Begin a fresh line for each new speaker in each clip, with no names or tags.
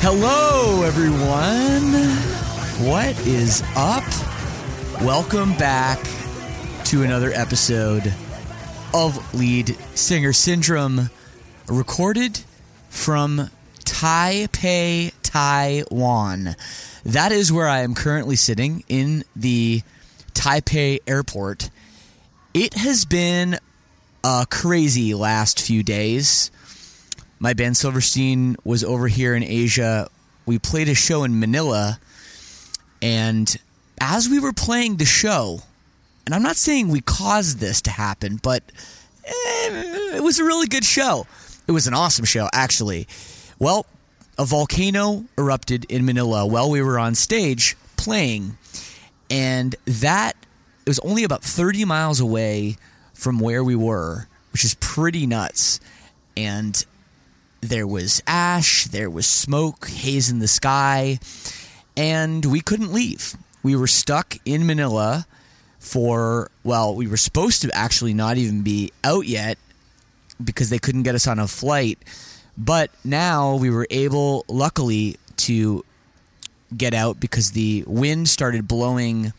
Hello, everyone. What is up? Welcome back to another episode of Lead Singer Syndrome, recorded from Taipei, Taiwan. That is where I am currently sitting in the Taipei airport. It has been a crazy last few days my band Silverstein was over here in Asia. We played a show in Manila, and as we were playing the show, and I'm not saying we caused this to happen, but eh, it was a really good show. It was an awesome show, actually. Well, a volcano erupted in Manila while we were on stage playing, and that it was only about 30 miles away from where we were, which is pretty nuts. And there was ash, there was smoke, haze in the sky, and we couldn't leave. We were stuck in Manila for, well, we were supposed to actually not even be out yet because they couldn't get us on a flight. But now we were able, luckily, to get out because the wind started blowing,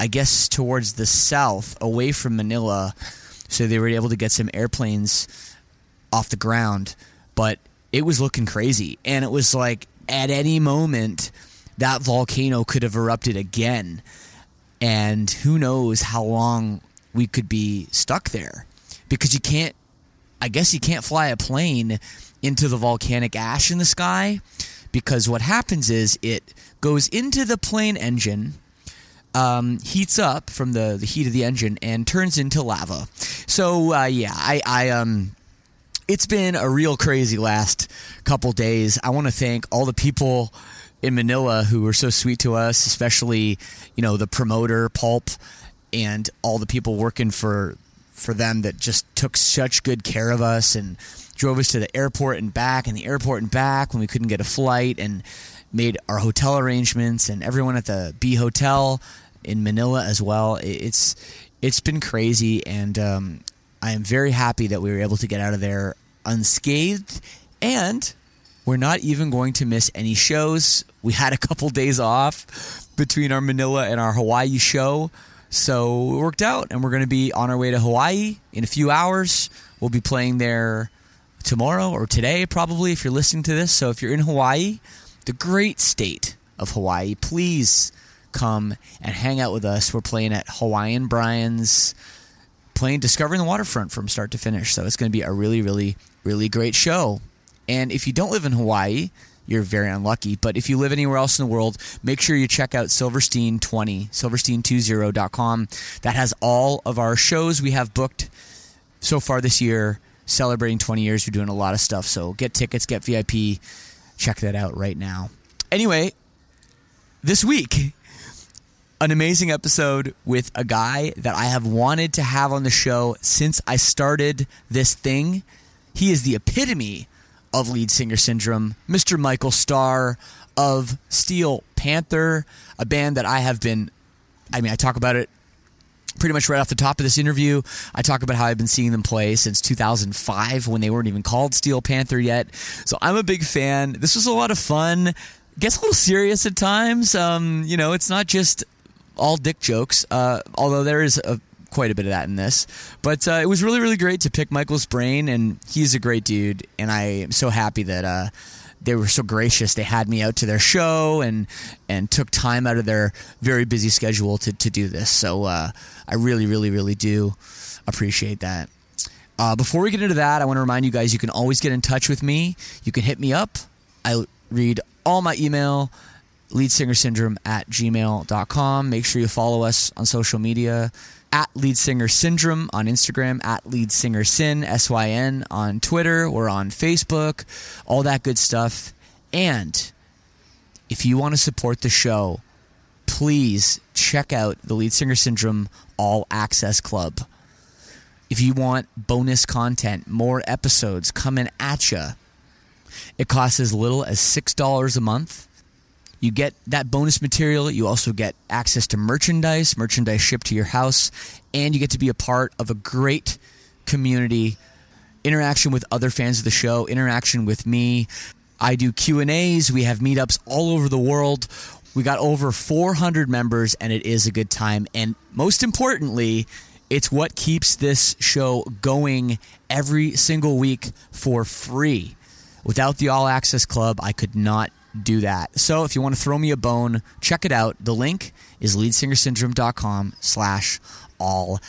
I guess, towards the south, away from Manila. So they were able to get some airplanes off the ground, but it was looking crazy. And it was like at any moment that volcano could have erupted again. And who knows how long we could be stuck there because you can't, I guess, you can't fly a plane into the volcanic ash in the sky because what happens is it goes into the plane engine um, heats up from the, the heat of the engine and turns into lava. So uh, yeah, I, I um, it's been a real crazy last couple days. I want to thank all the people in Manila who were so sweet to us, especially you know the promoter Pulp and all the people working for for them that just took such good care of us and drove us to the airport and back and the airport and back when we couldn't get a flight and made our hotel arrangements and everyone at the B Hotel in Manila as well. It- It's it's been crazy, and um, I am very happy that we were able to get out of there unscathed. And we're not even going to miss any shows. We had a couple days off between our Manila and our Hawaii show, so it worked out. And we're going to be on our way to Hawaii in a few hours. We'll be playing there tomorrow or today, probably, if you're listening to this. So if you're in Hawaii, the great state of Hawaii, please come and hang out with us. We're playing at Hawaiian Brian's, playing Discovering the Waterfront from start to finish. So it's going to be a really, really, really great show. And if you don't live in Hawaii, you're very unlucky. But if you live anywhere else in the world, make sure you check out Silverstein20, silverstein20.com. That has all of our shows we have booked so far this year celebrating 20 years we're doing a lot of stuff so get tickets get vip check that out right now anyway this week an amazing episode with a guy that i have wanted to have on the show since i started this thing he is the epitome of lead singer syndrome mr michael starr of steel panther a band that i have been i mean i talk about it pretty much right off the top of this interview, I talk about how I've been seeing them play since 2005 when they weren't even called Steel Panther yet. So I'm a big fan. This was a lot of fun. Gets a little serious at times. Um, you know, it's not just all dick jokes, uh, although there is a, quite a bit of that in this. But uh, it was really, really great to pick Michael's brain, and he's a great dude. And I am so happy that. Uh, they were so gracious. They had me out to their show and and took time out of their very busy schedule to to do this. So uh, I really, really, really do appreciate that. Uh, before we get into that, I want to remind you guys you can always get in touch with me. You can hit me up. I read all my email, leadsingersyndrome at gmail.com. Make sure you follow us on social media at leadsingersyndrome on Instagram, at leadsingersyn, S-Y-N on Twitter. We're on Facebook, all that good stuff. And if you want to support the show, please check out the Lead Singer Syndrome All Access Club. If you want bonus content, more episodes coming at you, it costs as little as $6 a month. You get that bonus material. You also get access to merchandise, merchandise shipped to your house, and you get to be a part of a great community interaction with other fans of the show, interaction with me. I do Q&As, we have meetups all over the world. We got over 400 members and it is a good time and most importantly, it's what keeps this show going every single week for free. Without the All Access Club, I could not do that. So if you want to throw me a bone, check it out. The link is leadsingersyndrome.com slash all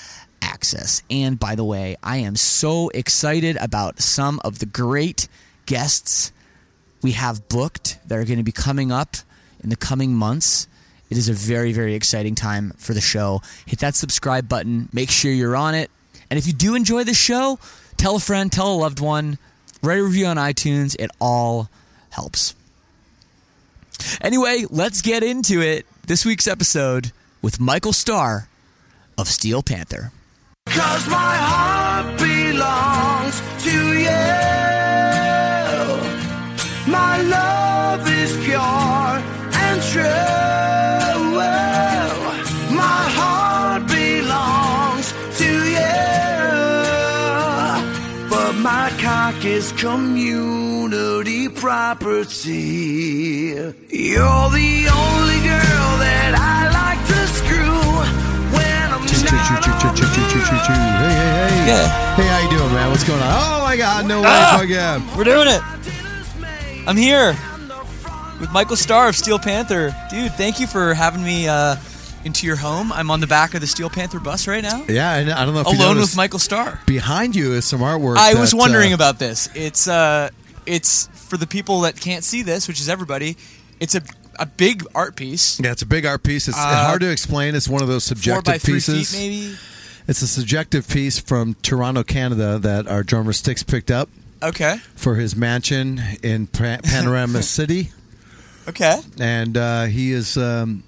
access. And by the way, I am so excited about some of the great guests we have booked that are going to be coming up in the coming months. It is a very, very exciting time for the show. Hit that subscribe button. Make sure you're on it. And if you do enjoy the show, tell a friend, tell a loved one, write a review on iTunes. It all helps. Anyway, let's get into it. This week's episode with Michael Starr of Steel Panther.
Cause my heart belongs to you. My love is pure and true. My heart belongs to you. But my cock is community property. You're the only girl that I like to screw when I'm
Choo, choo, choo,
not
choo, choo,
on
choo,
the
choo, choo, choo, choo. Hey, hey, hey.
Yeah. Ah!
Hey, how you doing, man? What's going on? Oh my God, no way! Fuck yeah.
We're doing it. I'm here with Michael Starr of Steel Panther. Dude, thank you for having me uh, into your home. I'm on the back of the Steel Panther bus right now,
Yeah, and I don't know if you
alone
noticed,
with Michael Starr.
Behind you is some artwork.
I was
that,
wondering
uh,
about this. It's uh, it's for the people that can't see this, which is everybody. It's a a big art piece,
Yeah, it's a big art piece. It's
Uh,
hard to explain. It's one of those
four
subjective
by three
pieces.
feet, maybe.
It's a subjective piece from Toronto, Canada, that our drummer Sticks picked up
Okay,
for his mansion in Pan- Panorama City,
okay.
and uh, he is um,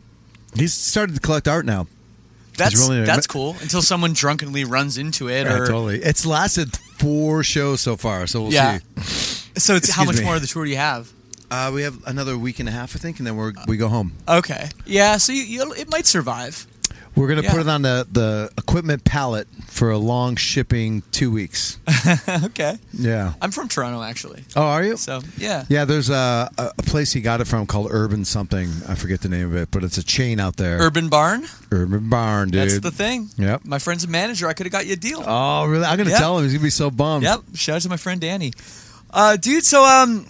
he's started to collect art now.
That's
really-
that's cool. Until someone drunkenly runs into it,
Yeah,
or
totally. It's lasted four shows so far, so we'll
Yeah.
see.
so. It's how
Excuse
much
me.
more of the tour do you have?
Uh, we have another week and a half, I think, and then we're, we go home.
Okay, yeah. So you, you, it might survive.
We're going to
yeah.
put it on the, the equipment pallet for a long shipping two weeks.
okay,
yeah.
I'm from Toronto actually,
Oh, are you?
so yeah.
Yeah, there's a, a a place he got it from called Urban something. I forget the name of it, but it's a chain out there.
Urban Barn,
Urban Barn, dude.
that's the thing.
Yep.
My friend's a manager. I could have got you a deal.
Oh, really? I'm going to
Yeah.
tell him. He's going to be so bummed.
Yep. Shout out to my friend Danny. Uh, dude, so um,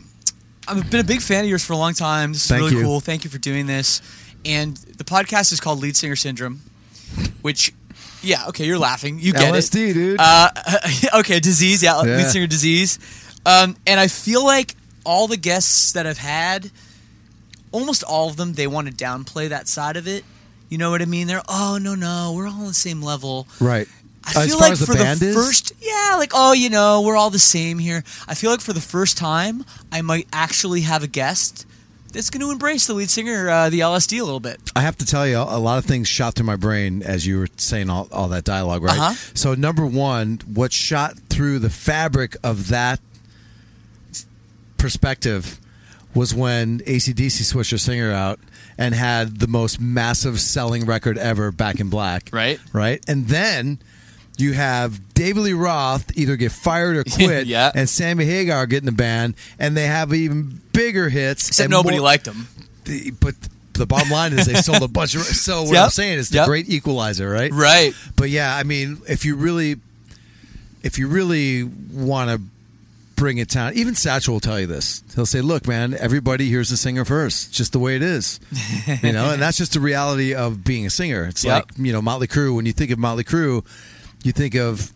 I've been a big fan of yours for a long time. This is
Thank
really
you.
cool. Thank you for doing this. And the podcast is called Lead Singer Syndrome, which, yeah, okay, you're laughing. You get it.
LSD, dude.
Uh, okay, disease. Yeah, lead
Yeah.
singer disease. Um, and I feel like all the guests that I've had, almost all of them, they want to downplay that side of it. You know what I mean? They're oh no no, we're all on the same level.
right.
I
as
feel
far
like
as the
for
band
the
is,
first, yeah, like oh, you know, we're all the same here. I feel like for the first time, I might actually have a guest that's going to embrace the lead singer, uh, the LSD, a little bit.
I have to tell you, a lot of things shot through my brain as you were saying all, all that dialogue, right?
Uh-huh.
So, number one, what shot through the fabric of that perspective was when ACDC switched their singer out and had the most massive selling record ever, Back in Black.
Right.
Right. And then you have David Lee Roth either get fired or quit,
Yeah.
and Sammy Hagar get in the band, and they have even bigger hits.
Except
and
nobody
more-
liked him.
the, but the bottom line is they sold a bunch of. So what
Yep.
I'm saying is the
Yep.
great equalizer, right?
Right.
But yeah, I mean, if you really, if you really want to bring it down, even Satchel will tell you this. He'll say, "Look, man, everybody hears the singer first. It's just the way it is, you know." And that's just the reality of being a singer. It's
Yep.
like you know, Motley Crue. When you think of Motley Crue, you think of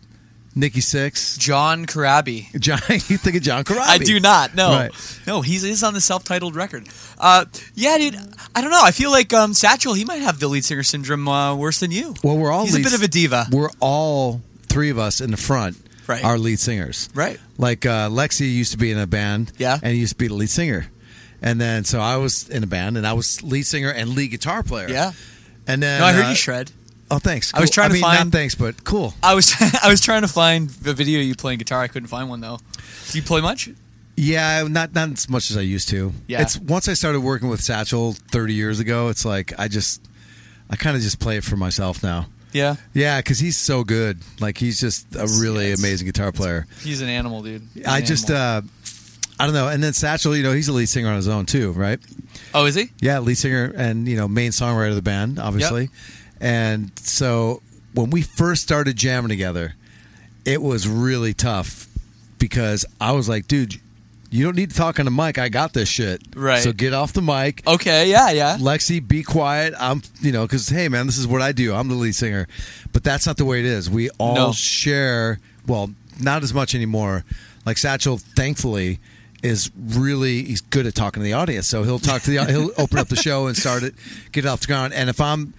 Nikki Six.
John Karabi.
John, you think of John Corabi.
I do not. No,
Right.
no, he's, he's on the self-titled record. Uh, yeah, dude. I don't know. I feel like um, Satchel. He might have the lead singer syndrome uh, worse than you.
Well, we're all
He's
lead-
a bit of a diva.
We're all three of us in the front
Right.
are lead singers.
Right.
Like uh, Lexi used to be in a band.
Yeah.
And he used to be the lead singer. And then so I was in a band and I was lead singer and lead guitar player.
Yeah.
And then
No, I heard
uh,
you shred.
Oh, thanks.
I was
Cool.
trying to
mean,
find-
not thanks, but cool.
I was I was trying to find the video of you playing guitar. I couldn't find one though. Do you play much?
Yeah, not not as much as I used to.
Yeah.
It's once I started working with Satchel 30 years ago, it's like I just I kind of just play it for myself now.
Yeah.
Yeah, because he's so good. Like he's just a really
it's-
amazing guitar player.
He's an animal, dude. He's
I
an
just
animal.
uh, I don't know. And then Satchel, you know, he's a lead singer on his own too, right?
Oh, is he?
Yeah, lead singer and you know main songwriter of the band, obviously. And so when we first started jamming together, it was really tough because I was like, dude, you don't need to talk on the mic. I got this shit.
Right.
So get off the mic.
Okay, yeah, yeah.
Lexi, be quiet. I'm, you know, because hey, man, this is what I do. I'm the lead singer, but that's not the way it is. We all
No.
share. Well, not as much anymore. Like Satchel, thankfully, is really he's good at talking to the audience. So he'll talk to the he'll open up the show and start it, get it off the ground. And if I'm,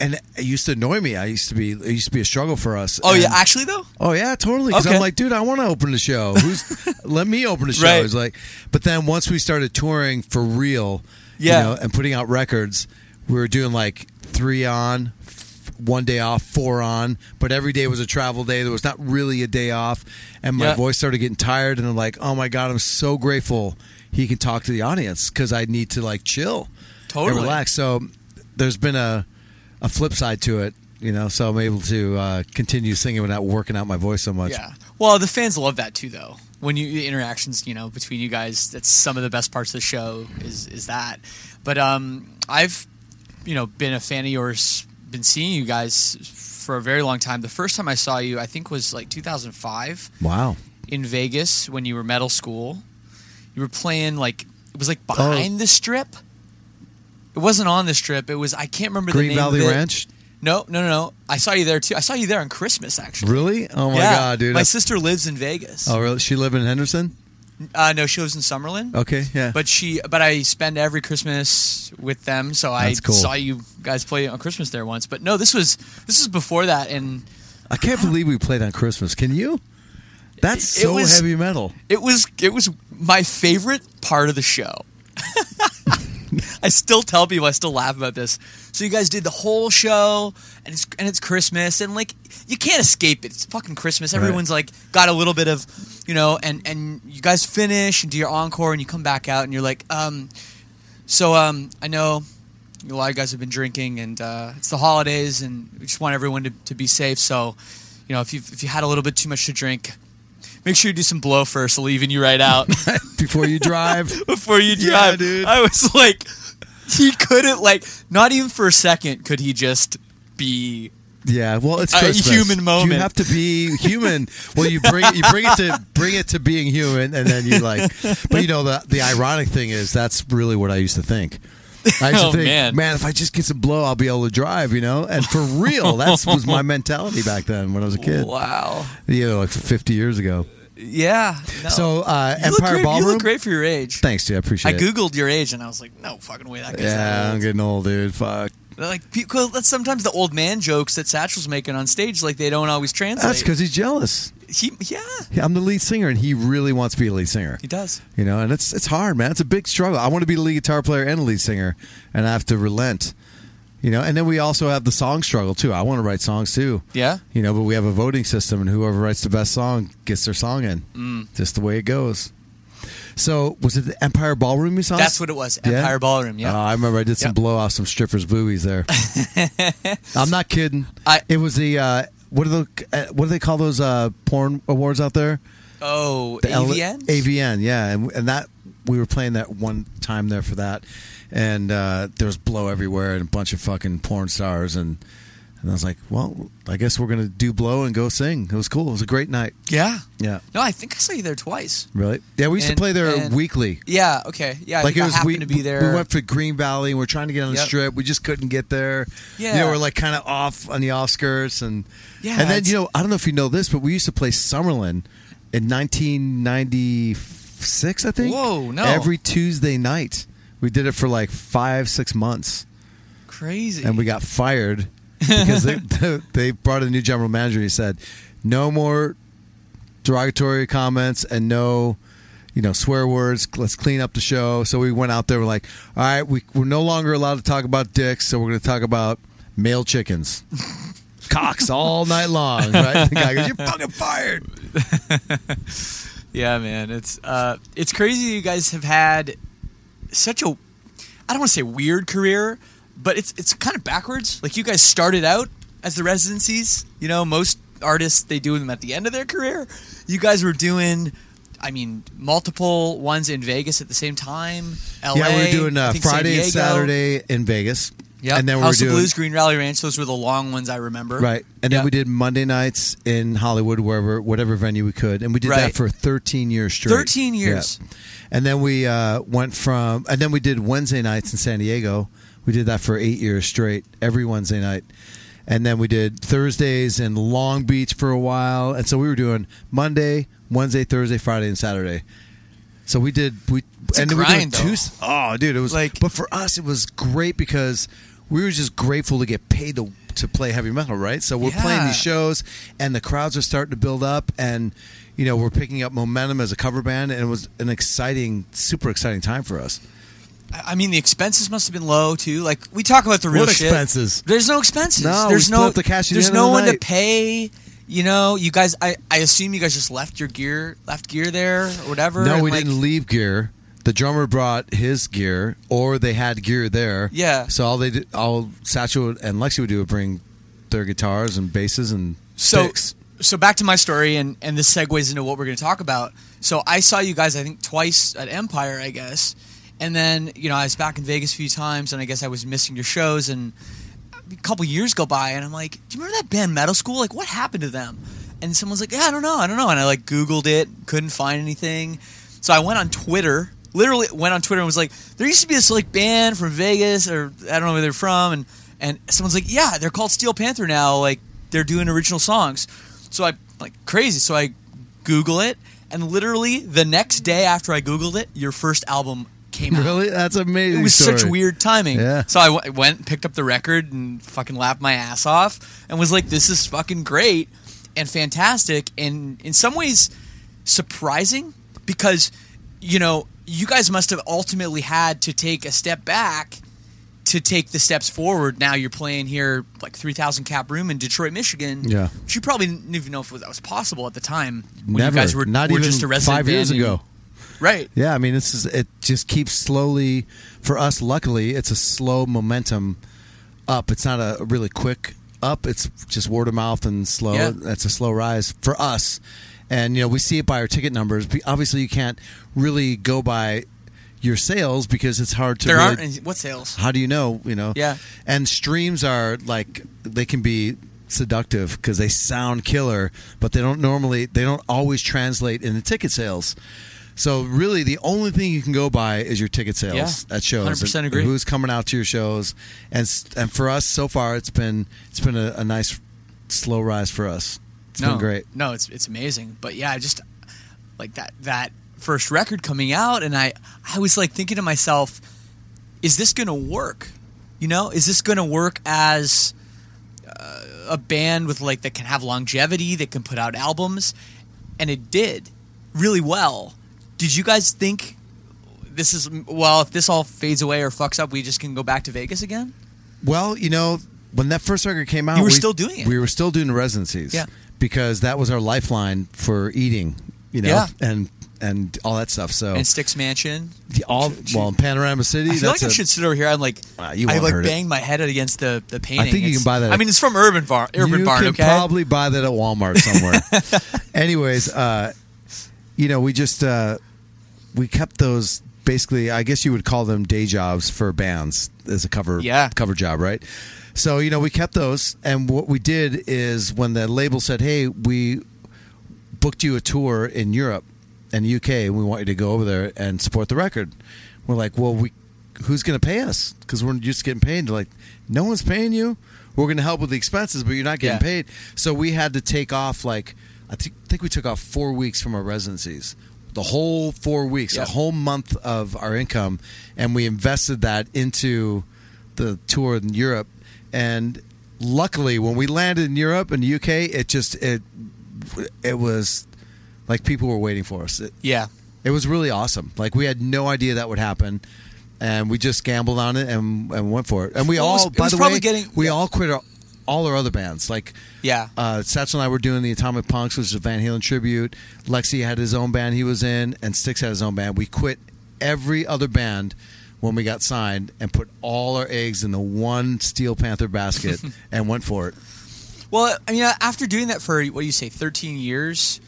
and it used to annoy me. I used to be it used to be a struggle for us.
Oh, yeah,
And-
actually, though?
Oh yeah, totally. Because
Okay.
I'm like, dude, I want to open the show. Who's let me open the show?
Right.
He's like, but then once we started touring for real,
Yeah.
you know, and putting out records, we were doing like three on, f- one day off, four on, but every day was a travel day. There was not really a day off, and my
Yeah.
voice started getting tired. And I'm like, oh my god, I'm so grateful he can talk to the audience because I need to like chill,
Totally.
and relax. So there's been a a flip side to it. You know, so I'm able to uh, continue singing without working out my voice so much.
Yeah. Well, the fans love that too, though. When you the interactions, you know, between you guys, that's some of the best parts of the show. Is is that? But um, I've, you know, been a fan of yours. Been seeing you guys for a very long time. The first time I saw you, I think, was like 2005
Wow.
in Vegas when you were metal school. You were playing like it was
Oh.
like behind the strip. It wasn't on the strip. It was I can't remember the
Green
name
Valley
of it.
Ranch?
No, no, no, no. I saw you there too. I saw you there on Christmas actually.
Really? Oh my
Yeah.
god, dude.
My
That's-
sister lives in Vegas.
oh, really? She live in Henderson?
Uh, no, she lives in Summerlin.
Okay, yeah.
But she, but I spend every Christmas with them, so I
That's cool.
saw you guys play on Christmas there once. But no, this was this was before that, and
I can't believe we played on Christmas. Can you? That's
It
so
was-
heavy metal.
it was it was my favorite part of the show. I still tell people, I still laugh about this. So you guys did the whole show, and it's and it's Christmas, and like you can't escape it. It's fucking Christmas. Everyone's like got a little bit of, you know, and and you guys finish and do your encore, and you come back out, and you're like, um, so um, I know a lot of guys have been drinking, and uh, it's the holidays, and we just want everyone to, to be safe. So, you know, if you if you had a little bit too much to drink, make sure you do some blow first, leaving you right out
Before you drive.
before you
Yeah,
drive.
dude.
I was like, he couldn't like not even for a second could he just be
yeah, well it's
A
Christmas.
human
You
moment.
have to be human. Well you bring you bring it to bring it to being human and then you like but you know the the ironic thing is that's really what I used to think. I used
Oh,
to think,
man.
if I just get some blow, I'll be able to drive, you know? And for real, that was my mentality back then when I was a kid.
wow.
Yeah, like 50 years ago.
Yeah. no.
So uh,
you look
Empire
great,
Ballroom.
You look great for your age.
Thanks, dude. I
I
appreciate it.
googled your age and I was like, no fucking way that guy's that
Yeah,
old.
I'm getting old, dude. Fuck.
Like people, that's sometimes the old man jokes that Satchel's making on stage, like they don't always translate.
That's because he's jealous.
he, yeah,
I'm the lead singer, and he really wants to be a lead singer.
he does.
You know, and it's it's hard, man. It's a big struggle. I want to be the lead guitar player and a lead singer, and I have to relent. You know, and then we also have the song struggle too. I want to write songs too.
Yeah.
You know, but we have a voting system, and whoever writes the best song gets their song in. Mm. Just the way it goes. So was it the Empire Ballroom you saw?
That's what it was, Empire Ballroom, yeah.
Oh, I remember I did some
Yep.
blow off some strippers' boobies there. I'm not kidding.
I-
it was the uh, what are the uh, what do they call those uh, porn awards out there?
Oh,
the L-
AVN.
AVN, yeah, and, and that we were playing that one time there for that, and uh, there was blow everywhere and a bunch of fucking porn stars and. And I was like, "Well, I guess we're gonna do blow and go sing." It was cool. It was a great night.
yeah.
Yeah,
No, I think I saw you there twice.
really. Yeah, we used
And-
to play there
and-
weekly.
Yeah. Okay. Yeah. I
like it
think I
was
happened
we
to be there.
We went for Green Valley and we're trying to get on the
Yep.
strip. We just couldn't get there. you
Yeah.
know, we're like kind of off on the outskirts and
Yeah,
And then
it's-
you know, I don't know if you know this, but we used to play Summerlin in 1996, I think.
Whoa, no.
Every Tuesday night, we did it for like five, six months,
Crazy.
and we got fired because they, they brought in a new general manager. and He said, "No more derogatory comments and no you know swear words let's clean up the show so we went out there we're like all right we, we're no longer allowed to talk about dicks so we're going to talk about male chickens cocks all night long right the guy goes you're fucking fired
yeah, man. It's uh, it's crazy. You guys have had such a, I don't want to say weird career, but it's it's kind of backwards. Like you guys started out as the residencies. You know, most artists they do them at the end of their career. You guys were doing I mean, multiple ones in Vegas at the same time. LA,
yeah, we were doing
I
uh,
think San
Friday and
Diego.
Saturday in Vegas.
Yep.
And then we were
House
doing
of Blues, Green Rally Ranch. Those were the long ones I remember.
right. And then
Yeah.
we did Monday nights in Hollywood, wherever whatever venue we could, and we did that
Right.
for 13 years straight.
13 years.
Yeah. And then we uh, went from and then we did Wednesday nights in San Diego. We did that for 8 years straight every Wednesday night. And then we did Thursdays in Long Beach for a while. And so we were doing Monday, Wednesday, Thursday, Friday and Saturday. So we did we
a
and then we were doing
grind, though.
two Oh, dude, it was
Like-
But for us, it was great because we were just grateful to get paid to to play heavy metal, right? So we're playing these
Yeah.
shows, and the crowds are starting to build up, and you know we're picking up momentum as a cover band, and it was an exciting, super exciting time for us.
I I mean, the expenses must have been low too. Like we talk about the real
What
shit.
expenses?
There's no expenses.
No, we
there's
split
no
up the cash at the
There's
end of
no
the
one
night.
to pay. You know, you guys. I, I assume you guys just left your gear, left gear there or whatever.
No,
and,
we
like,
didn't leave gear. The drummer brought his gear, or they had gear there.
Yeah.
So all they did, all Satchel and Lexi would do would bring their guitars and basses and
so
sticks.
so back to my story and and this segues into what we're going to talk about so i saw you guys i think twice at empire i guess and then you know i was back in vegas a few times and i guess i was missing your shows and a couple years go by and i'm like do you remember that band metal school like what happened to them and someone's like yeah i don't know i don't know and i like googled it couldn't find anything so i went on twitter literally went on twitter and was like there used to be this like band from vegas or i don't know where they're from and and someone's like yeah they're called steel panther now like they're doing original songs. So I like crazy. So I Google it, and literally the next day after I Googled it, your first album came out.
Really, that's amazing.
It was such
story.
weird timing.
Yeah.
So I w- went and picked up the record and fucking laughed my ass off and was like, this is fucking great and fantastic and in some ways surprising because, you know, you guys must have ultimately had to take a step back to take the steps forward. Now you're playing here like 3,000 cap room in Detroit, Michigan.
Yeah.
Which you probably didn't even know if that was possible at the time when
Never.
you guys were,
not
were
even
just a resident
five years
band and-
ago.
Right.
Yeah, I mean, this is it. Just keeps slowly for us. Luckily, it's a slow momentum up. It's not a really quick up. It's just word of mouth and slow.
Yeah.
That's a slow rise for us. And you know, we see it by our ticket numbers. Be- Obviously, you can't really go by your sales because it's hard to.
There
really-
aren't any, what sales?
How do you know? You know.
Yeah.
And streams are like they can be seductive because they sound killer, but they don't normally they don't always translate into ticket sales. So really, the only thing you can go by is your ticket sales
Yeah.
at shows.
100%
and
agree.
Who's coming out to your shows? And s- and for us so far, it's been it's been a, a nice slow rise for us. It's been great.
No, it's it's amazing. But yeah, I just like that that first record coming out, and I I was like thinking to myself, is this going to work? You know, is this going to work as uh, a band with like that can have longevity, that can put out albums, and it did really well. Did you guys think this is well? If this all fades away or fucks up, we just can go back to Vegas again.
Well, you know, when that first record came out,
You were
we-
still doing it.
We were still doing residencies,
Yeah.
because that was our lifeline for eating, you know,
Yeah.
and and all that stuff. So
And Sticks Mansion,
the- all well, in Panorama City,
I feel
that's
like I
a-
should sit over here. I'm like,
Ah, you
I
won't
like
hurt it.
banged my head against the the painting.
think you
It's-
can buy that
I
at-
mean, it's from Urban Bar, Urban
you
Barn.
can
Okay,
probably buy that at Walmart somewhere. Anyways, uh, you know, we just uh, we kept those basically. I guess you would call them day jobs for bands as a cover
Yeah.
cover job, right? So you know, we kept those, and what we did is when the label said, "Hey, we booked you a tour in Europe and the UK, and we want you to go over there and support the record. We're like, well, we who's going to pay us? Because we're just getting paid. They're like, no one's paying you. We're going to help with the expenses, but you're not getting
Yeah.
paid. So we had to take off like I thi- think we took off four weeks from our residencies. The whole four weeks,
Yeah.
a whole month of our income, and we invested that into the tour in Europe. And luckily, when we landed in Europe and the UK, it just it it was like people were waiting for us. It,
yeah,
it was really awesome. Like we had no idea that would happen, and we just gambled on it and, and went for it. And we
Well, it
all,
was- it
by
was
the
probably
way,
getting-
we all quit our, all our other bands. Like
Yeah.
uh, Satchel and I were doing the Atomic Punks, which is a Van Halen tribute. Lexi had his own band he was in, and Styx had his own band. We quit every other band when we got signed and put all our eggs in the one Steel Panther basket and went for it.
Well, I mean, after doing that for what do you say, 13 years,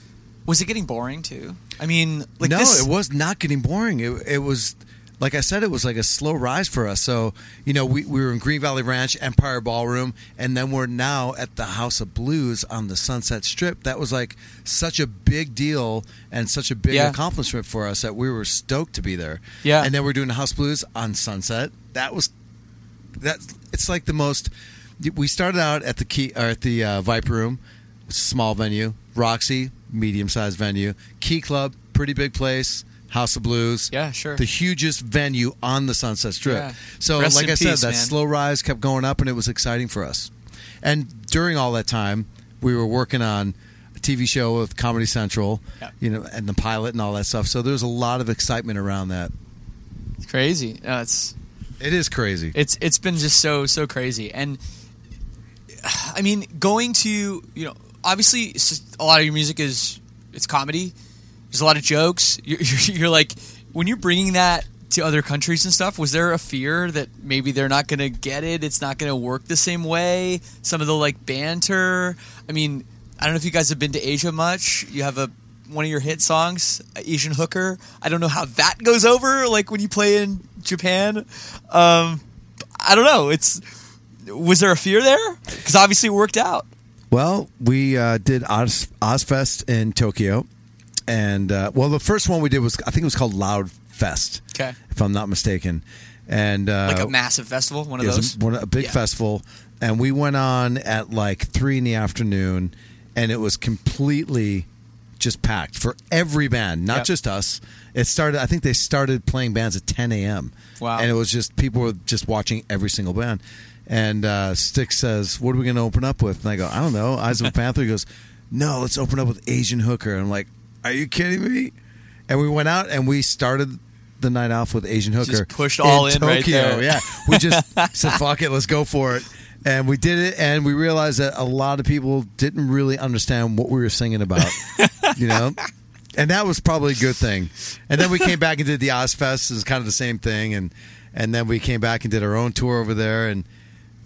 Was it getting boring too? I mean, like
no,
this,
it was not getting boring. It, it was, like I said, it was like a slow rise for us. So, you know, we, we were in Green Valley Ranch, Empire Ballroom, and then we're now at the House of Blues on the Sunset Strip. That was like such a big deal and such a big
Yeah.
accomplishment for us that we were stoked to be there.
Yeah.
And then we're doing the House Blues on Sunset. That was, that it's like the most, we started out at the key, or at the uh, Viper Room, small venue. Roxy, medium sized venue. Key Club, pretty big place. House of Blues,
Yeah, sure.
the hugest venue on the Sunset Strip.
Yeah.
So,
Rest
like
in
I said,
peace,
that
man.
slow rise kept going up, and it was exciting for us. And during all that time, we were working on a TV show with Comedy Central,
Yeah.
you know, and the pilot and all that stuff. So there was a lot of excitement around that.
it's crazy. No, it's
It is crazy.
it's it's been just so so crazy and i mean going to you know obviously it's just- a lot of your music is it's comedy there's a lot of jokes you're, you're, you're like when you're bringing that to other countries and stuff was there a fear that maybe they're not gonna get it it's not gonna work the same way some of the like banter i mean i don't know if you guys have been to asia much you have a one of your hit songs asian hooker i don't know how that goes over like when you play in japan um I don't know. It's was there a fear there? Because obviously it worked out.
Well, we uh, did Oz, Ozfest in Tokyo, and uh, well, the first one we did was I think it was called Loud Fest,
Okay.
if I'm not mistaken, and uh,
Like a massive festival, one of
it was
those.
a- one- a big
Yeah.
festival, and we went on at like three in the afternoon, and it was completely just packed for every band, not
Yep.
just us. It started. I think they started playing bands at 10 a.m.
Wow.
and it was just people were just watching every single band. And uh, Stick says, "What are we going to open up with?" And I go, "I don't know." Eyes of a Panther He goes, "No, let's open up with Asian Hooker." And I'm like, "Are you kidding me?" And we went out and we started the night off with Asian Hooker.
pushed all in right
Tokyo.
there.
Yeah, we just said, "Fuck it, let's go for it," and we did it. And we realized that a lot of people didn't really understand what we were singing about, you know. And that was probably a good thing. And then we came back and did the Ozfest. It was kind of the same thing, and and then we came back and did our own tour over there. And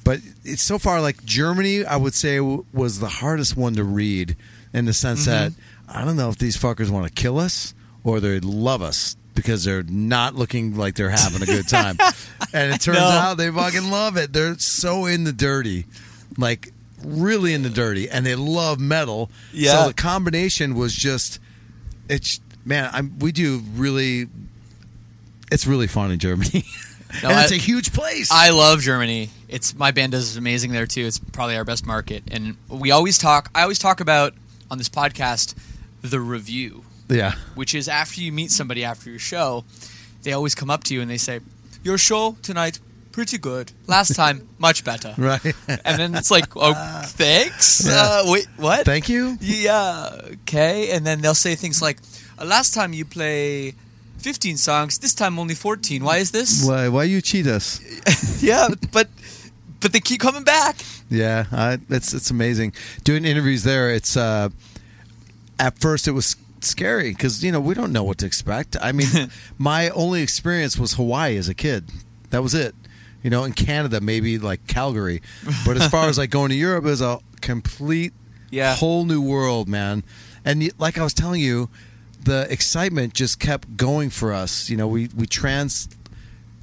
but it's so far like Germany, I would say w- was the hardest one to read in the sense
Mm-hmm.
that I don't know if these fuckers want to kill us or they love us because they're not looking like they're having a good time. and it turns
know.
out they fucking love it. They're so in the dirty, like really in the dirty, and they love metal.
Yeah.
So the combination was just it's man, I'm, we do really. It's really fun in Germany.
No,
and it's
I-
a huge place.
I love Germany. It's my band does amazing there too. It's probably our best market, and we always talk. I always talk about on this podcast the review,
yeah.
which is after you meet somebody after your show, they always come up to you and they say, "Your show tonight." Pretty good. Last time, much better.
Right.
and then it's like, oh, thanks. Uh, wait, what?
Thank you.
Yeah, okay. And then they'll say things like, "Uh, "Last time you play 15 songs, this time only 14. Why is this?"
Why? Why you cheat us?
Yeah, but but they keep coming back.
Yeah, I, it's it's amazing doing interviews there. It's uh, at first it was scary because you know we don't know what to expect. I mean, my only experience was Hawaii as a kid. That was it. You know, in Canada maybe like Calgary, but as far as like going to Europe, it was a complete
Yeah.
whole new world, man. And y- like I was telling you, the excitement just kept going for us. You know, we we trans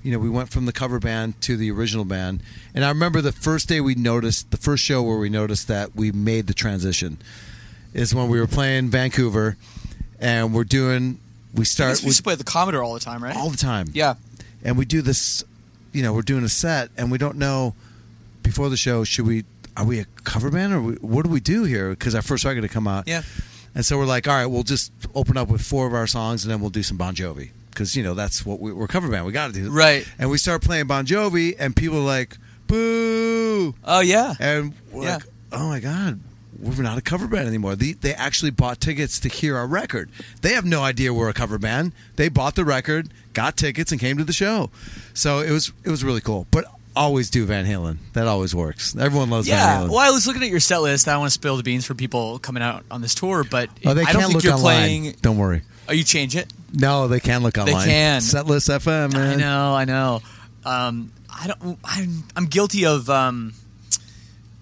you know, we went from the cover band to the original band. And I remember the first day we noticed, the first show where we noticed that we made the transition is when we were playing Vancouver and we're doing, we
I
start
guess we
with
used to play at the Commodore all the time, right?
all the time.
yeah.
And we do this, you know, we're doing a set and we don't know before the show, should we, are we a cover band or we, what do we do here? Because our first record to come out.
Yeah.
And so we're like, all right, we'll just open up with four of our songs and then we'll do some Bon Jovi. Because, you know, that's what we, we're a cover band. We got to do
Right.
and we start playing Bon Jovi, and people are like, boo.
Oh yeah.
And we're
Yeah.
like, oh my God, we're not a cover band anymore. They, they actually bought tickets to hear our record. They have no idea we're a cover band. They bought the record, got tickets, and came to the show. So it was it was really cool. But always do Van Halen. That always works. Everyone loves
yeah.
Van Halen.
Well, I was looking at your set list. I don't want to spill the beans for people coming out on this tour, but
Oh, they
I
can't
don't think
look
you're
online.
playing.
Don't worry.
Oh, you change it?
No, they can look online.
can.
Setlist FM, man.
I know, I know. Um, I don't. I'm, I'm guilty of um,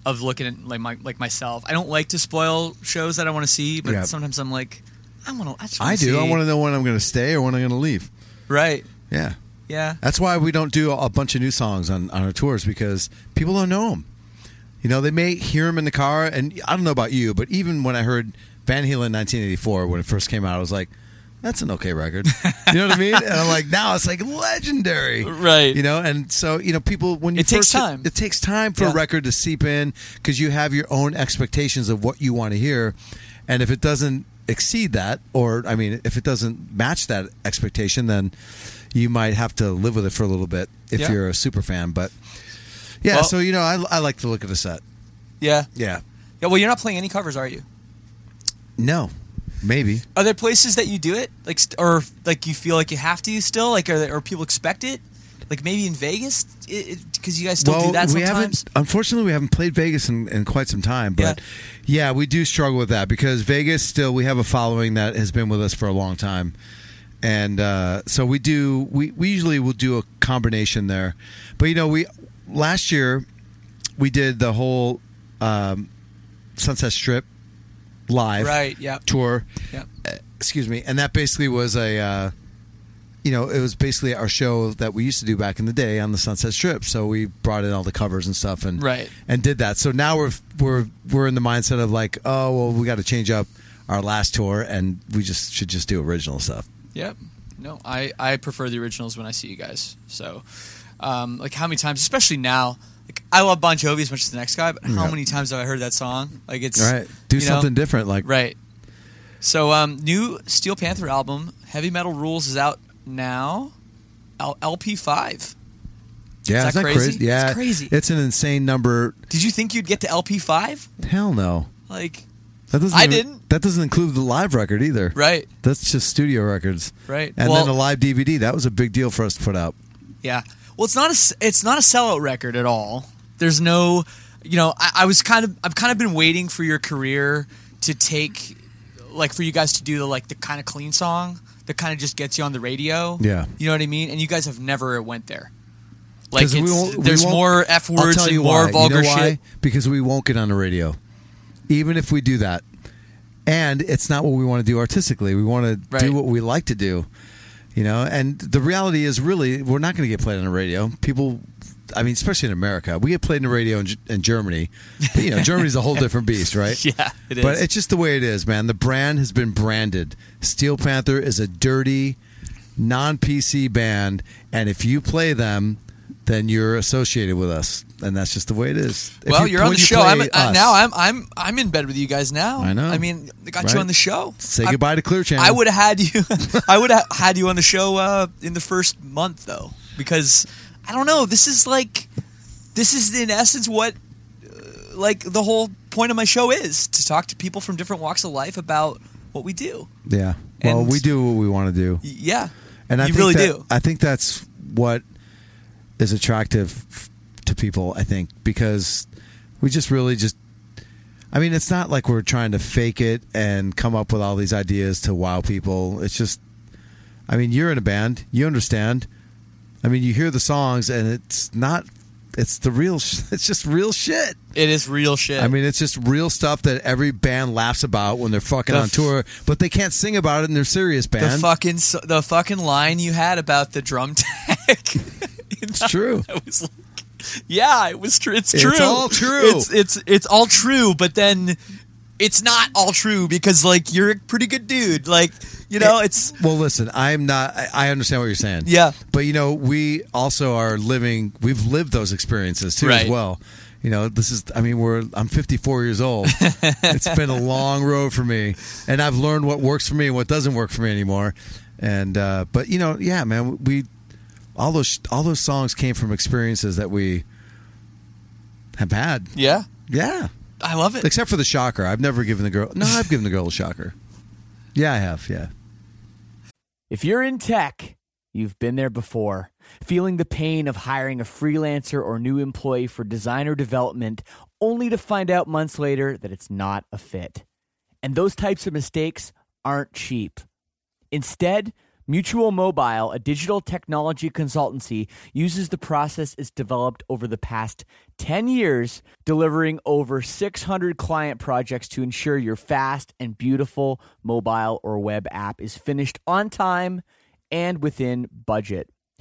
of looking at like my like myself. I don't like to spoil shows that I want to see, but
Yeah.
sometimes I'm like, I want to. I, just wanna
I do. I
see-
want to know when I'm going to stay or when I'm going to leave.
Right.
Yeah.
Yeah.
That's why we don't do a bunch of new songs on, on our tours because people don't know them. You know, they may hear them in the car, and I don't know about you, but even when I heard Van Halen 1984 when it first came out, I was like, that's an okay record. You know what I mean? And I'm like, now it's like legendary.
Right.
You know, and so, you know, people, when you
It
first-
takes time.
It takes time for a
Yeah.
record to seep in because you have your own expectations of what you want to hear. And if it doesn't exceed that, or I mean, if it doesn't match that expectation, then you might have to live with it for a little bit if
Yeah.
you're a super fan. But yeah,
Well-
so you know, I, I like to look at a set.
Yeah.
Yeah.
Yeah. Well, you're not playing any covers, are you?
No, maybe.
Are there places that you do it, like, st- or like you feel like you have to still, like, are, there, are people expect it, like maybe in Vegas, because you guys still do that
we
sometimes.
haven't. Unfortunately, we haven't played Vegas in, in quite some time. But yeah. we do struggle with that because Vegas still we have a following that has been with us for a long time, and uh, so we do. We we usually will do a combination there, but you know we last year we did the whole um, Sunset Strip live
Right. Yep.
tour.
Yep.
Uh, excuse me, and that basically was a, uh, you know, it was basically our show that we used to do back in the day on the Sunset Strip. So we brought in all the covers and stuff, and
Right.
and did that. So now we're we're we're in the mindset of like, oh well, we got to change up our last tour, and we just should just do original stuff.
Yep. No, I, I prefer the originals when I see you guys. So, um, like, how many times, especially now, like, I love Bon Jovi as much as the next guy, but how
Yeah.
many times have I heard that song? Like, it's
All right, do
you know?
something different. Like
Right. So, um, new Steel Panther album, Heavy Metal Rules, is out now. L- LP five.
yeah,
Is that
isn't
crazy? It's
Yeah,
crazy.
It's an insane number.
Did you think you'd get to LP five?
Hell no.
Like,
That doesn't
I
even-
didn't.
That doesn't include the live record either.
right?
That's just studio records.
Right.
And
Well-
then a live DVD. That was a big deal for us to put out.
Yeah. Well, it's not a s- it's not a sellout record at all. There's no, you know, I, I was kind of I've kind of been waiting for your career to take, like, for you guys to do the like the kind of clean song that kind of just gets you on the radio.
Yeah.
You know what I mean? And you guys have never went there. Like,
'Cause we
it's-
won't- we
there's
won't-
more f
I'll
words
tell
and
you
more
why. You
vulgar
know why?
shit.
Because we won't get on the radio, even if we do that. And it's not what we want to do artistically. We want to
Right.
do what we like to do, you know. And the reality is, really, we're not going to get played on the radio. People, I mean, especially in America, we get played on the radio in, G- in Germany. But, you know, Germany's a whole different beast, right?
Yeah, it is.
But it's just the way it is, man. The brand has been branded. Steel Panther is a dirty, non PC band, and if you play them, then you're associated with us, and that's just the way it is. If
well,
you-
you, are on
when
the
you
show.
play
I'm uh,
us,
now. I'm I'm I'm in bed with you guys now.
I know.
I mean, I got
Right.
you on the show.
say
I-
goodbye to Clear Channel.
I would have had you. I would have had you on the show uh, in the first month, though, because I don't know. This is like, this is in essence what, uh, like, the whole point of my show is to talk to people from different walks of life about what we do.
Yeah. Well,
And-
we do what we want to do,
Y- Yeah,
and I
you
think
really
that-
do.
I think that's what is attractive f- to people. I think because we just really just. I mean, it's not like we're trying to fake it and come up with all these ideas to wow people. It's just, I mean, you're in a band, you understand. I mean, you hear the songs, and it's not. It's the real. sh- It's just real shit.
it is real shit.
I mean, it's just real stuff that every band laughs about when they're fucking
The
on
f-
tour, but they can't sing about it in their serious
the
band.
fucking s- the fucking line you had about the drum tech.
it's true.
I was like, yeah, it was true. It's
It's
true.
all true.
It's it's it's all true. But then it's not all true because like you're a pretty good dude. Like you know, it's
Well, listen, I'm not. I- I understand what you're saying.
Yeah.
but you know, we also are living. We've lived those experiences too, as
Right.
well. You know, this is. I mean, we're. I'm 54 years old. it's been a long road for me, and I've learned what works for me and what doesn't work for me anymore. And uh, but you know, yeah, man, we all those all those songs came from experiences that we have had.
yeah.
Yeah.
I love it.
Except for the shocker. I've never given the girl. No, I've given the girl a shocker. Yeah, I have. Yeah.
If you're in tech, you've been there before, feeling the pain of hiring a freelancer or new employee for designer development only to find out months later that it's not a fit. And those types of mistakes aren't cheap. Instead,
Mutual Mobile, a digital technology consultancy, uses the process it's developed over the past 10 years, delivering over 600 client projects to ensure your fast and beautiful mobile or web app is finished on time and within budget.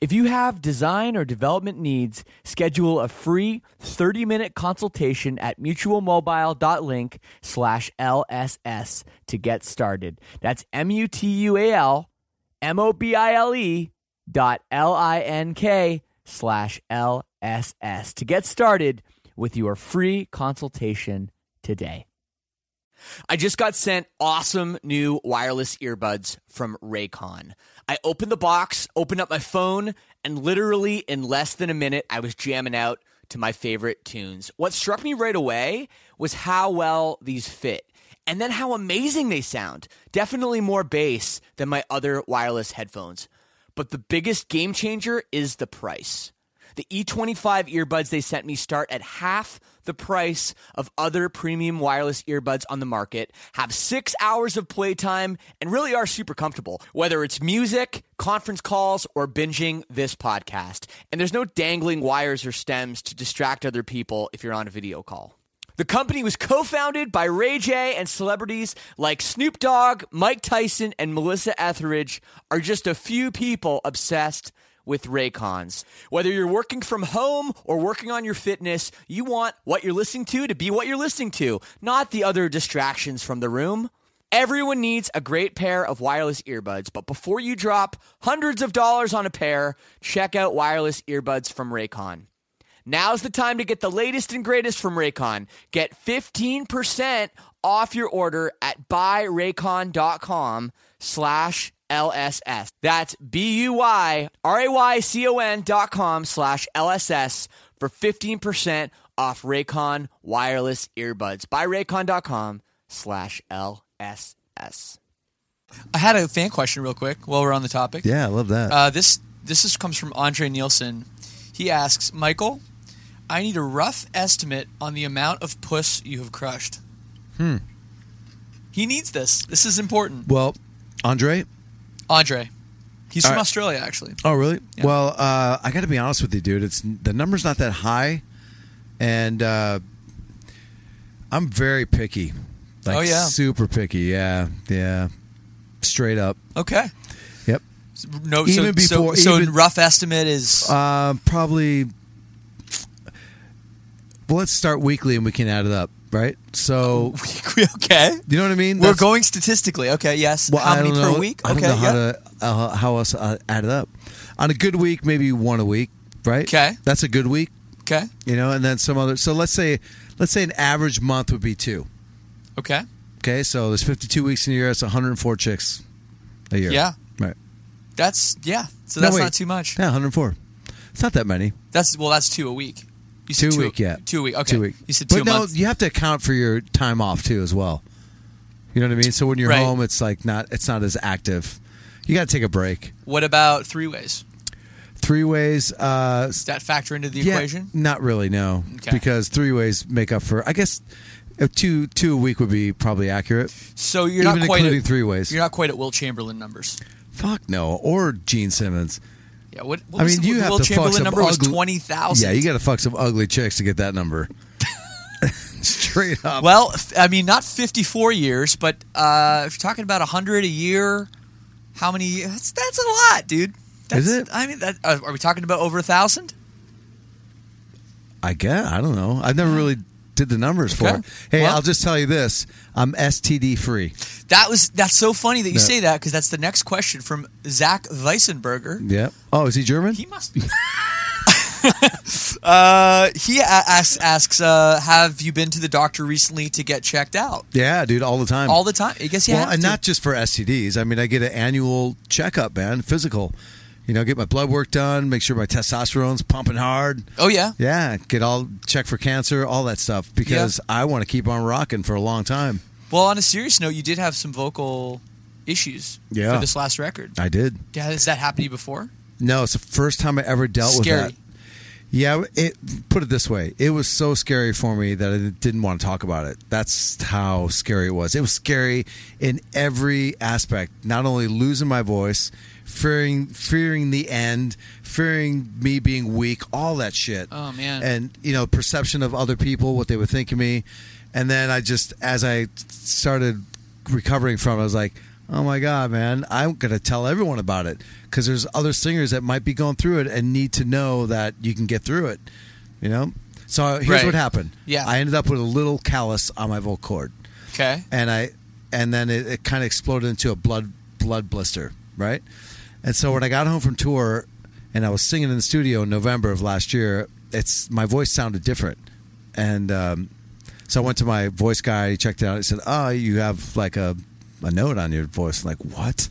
If you have design or development needs, schedule a free 30-minute consultation at mutualmobile.link slash LSS to get started. That's M-U-T-U-A-L M-O-B-I-L-E E dot L-I-N-K slash LSS to get started with your free consultation today. I just got sent awesome new wireless earbuds from Raycon. I opened the box, opened up my phone, and literally in less than a minute, I was jamming out to my favorite tunes. What struck me right away was how well these fit. And then how amazing they sound. Definitely more bass than my other wireless headphones. But the biggest game changer is the price. The E25 earbuds they sent me start at half the price of other premium wireless earbuds on the market, have six hours of playtime, and really are super comfortable, whether it's music, conference calls, or binging this podcast. And there's no dangling wires or stems to distract other people if you're on a video call. The company was co founded by Ray J, and celebrities like Snoop Dogg, Mike Tyson, and Melissa Etheridge are just a few people obsessed with Raycons. Whether you're working from home or working on your fitness, you want what you're listening to to be what you're listening to, not the other distractions from the room. Everyone needs a great pair of wireless earbuds, but before you drop hundreds of dollars on a pair, check out wireless earbuds from Raycon. Now's the time to get the latest and greatest from Raycon. Get 15% off your order at buyraycon.com slash LSS. That's B-U-Y-R-A-Y-C-O-N dot com slash LSS for 15% off Raycon wireless earbuds. Buyraycon.com slash LSS.
I had a fan question real quick while we're on the topic.
Yeah, I love that.
Uh, this this is, comes from Andre Nielsen. He asks, Michael, I need a rough estimate on the amount of puss you have crushed. Hmm. He needs this. This is important.
well, Andre.
Andre. He's
All
from
right.
Australia, actually.
Oh, really? Well, uh, I got to be honest with you, dude. It's the number's not that high, and uh, I'm very picky. Like,
Oh, yeah.
super picky. Yeah, yeah, straight up.
Okay.
Yep.
No, so,
Even
so-
before-
so,
even-
rough estimate is
Uh, probably. Well, let's start weekly, and we can add it up, right? So,
okay.
you know what I mean?
We're
That's-
going statistically. Okay, yes.
Well,
how
I
many
don't
per
know.
week?
I don't
okay,
know how
yeah.
to uh, how else I add it up. On a good week, maybe one a week, right?
Okay.
that's a good week.
okay.
you know, and then some other. So let's say, let's say an average month would be two.
Okay.
Okay, so there's 52 weeks in a year. That's 104 chicks a year.
Yeah.
right.
That's yeah. So
No,
that's
wait.
not too much.
Yeah, 104. It's not that many.
That's well, that's two a week. You
Two,
said two
week, yeah.
Two a week. Okay.
Two week.
You said
but
two a
no,
month.
you have to account for your time off too, as well. You know what I mean? So when you're
Right.
home, it's like not, it's not as active. You got to take a break.
What about three ways?
Three ways. Uh,
Does that factor into the
yeah,
equation?
Not really, no.
Okay.
Because three ways make up for. I guess uh, two two a week would be probably accurate.
So you're
Even
not quite
including
at,
three ways.
You're not quite at Will Chamberlain numbers.
Fuck no, or Gene Simmons.
Yeah. What? what
I
was
mean,
the,
you
the
have
Will
to fuck
Chamberlain
some
number was
ugly-
twenty thousand.
Yeah, you got to fuck some ugly chicks to get that number. Straight up.
Well, f- I mean, not fifty-four years, but uh, if you're talking about hundred a year, how many? That's that's a lot, dude. That's,
it?
I mean, that, uh, are we talking about over a thousand?
I guess I don't know. I've never really did the numbers for.
Okay.
It. Hey,
Well-
I'll just tell you this: I'm STD free.
That was that's so funny that you
No.
say that because that's the next question from Zach Weissenberger.
Yep. Oh, is he German?
He must be.
Uh, he a- asks, asks uh, have you been to the doctor recently to get checked out?
Yeah, dude, all the time.
All the time. I guess you
well,
have
and
to.
not just for STDs. I mean, I get an annual checkup, man, physical. You know, get my blood work done, make sure my testosterone's pumping hard.
oh, yeah.
Yeah, get all check for cancer, all that stuff because I want to keep on rocking for a long time.
Well, on a serious note, you did have some vocal issues
Yeah.
for this last record.
I did.
Yeah, Has that happened to you before?
No, it's the first time I ever dealt
Scary.
with that. Yeah, it put it this way. It was so scary for me that I didn't want to talk about it. That's how scary it was. It was scary in every aspect. Not only losing my voice, fearing fearing the end, fearing me being weak, all that shit.
Oh, man.
And you know, perception of other people, what they would think of me. And then I just as I started recovering from it, I was like, "Oh my god, man, I'm going to tell everyone about it because there's other singers that might be going through it and need to know that you can get through it." You know? So here's
Right.
what happened.
Yeah.
I ended up with a little callus on my vocal cord
Okay.
and I and then it, it kind of exploded into a blood blood blister, right? And so when I got home from tour and I was singing in the studio in November of last year, it's my voice sounded different, and um, so I went to my voice guy. He checked it out. He said, "Oh, you have like a a note on your voice." I'm like what?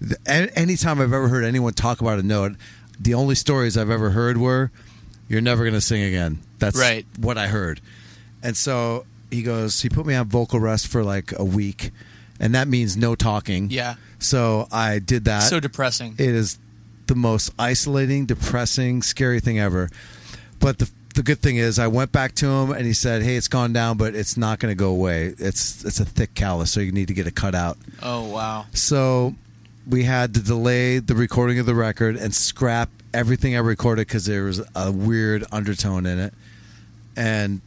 The- a- Anytime I've ever heard anyone talk about a note, the only stories I've ever heard were, "You're never going to sing again." That's
Right.
what I heard. And so he goes, he put me on vocal rest for like a week, and that means no talking.
Yeah.
So I did that.
so depressing.
it is the most isolating, depressing, scary thing ever. But the the good thing is, I went back to him and he said, "Hey, it's gone down, but it's not going to go away. It's it's a thick callus, so you need to get it cut out."
oh, wow.
So we had to delay the recording of the record and scrap everything I recorded because there was a weird undertone in it. And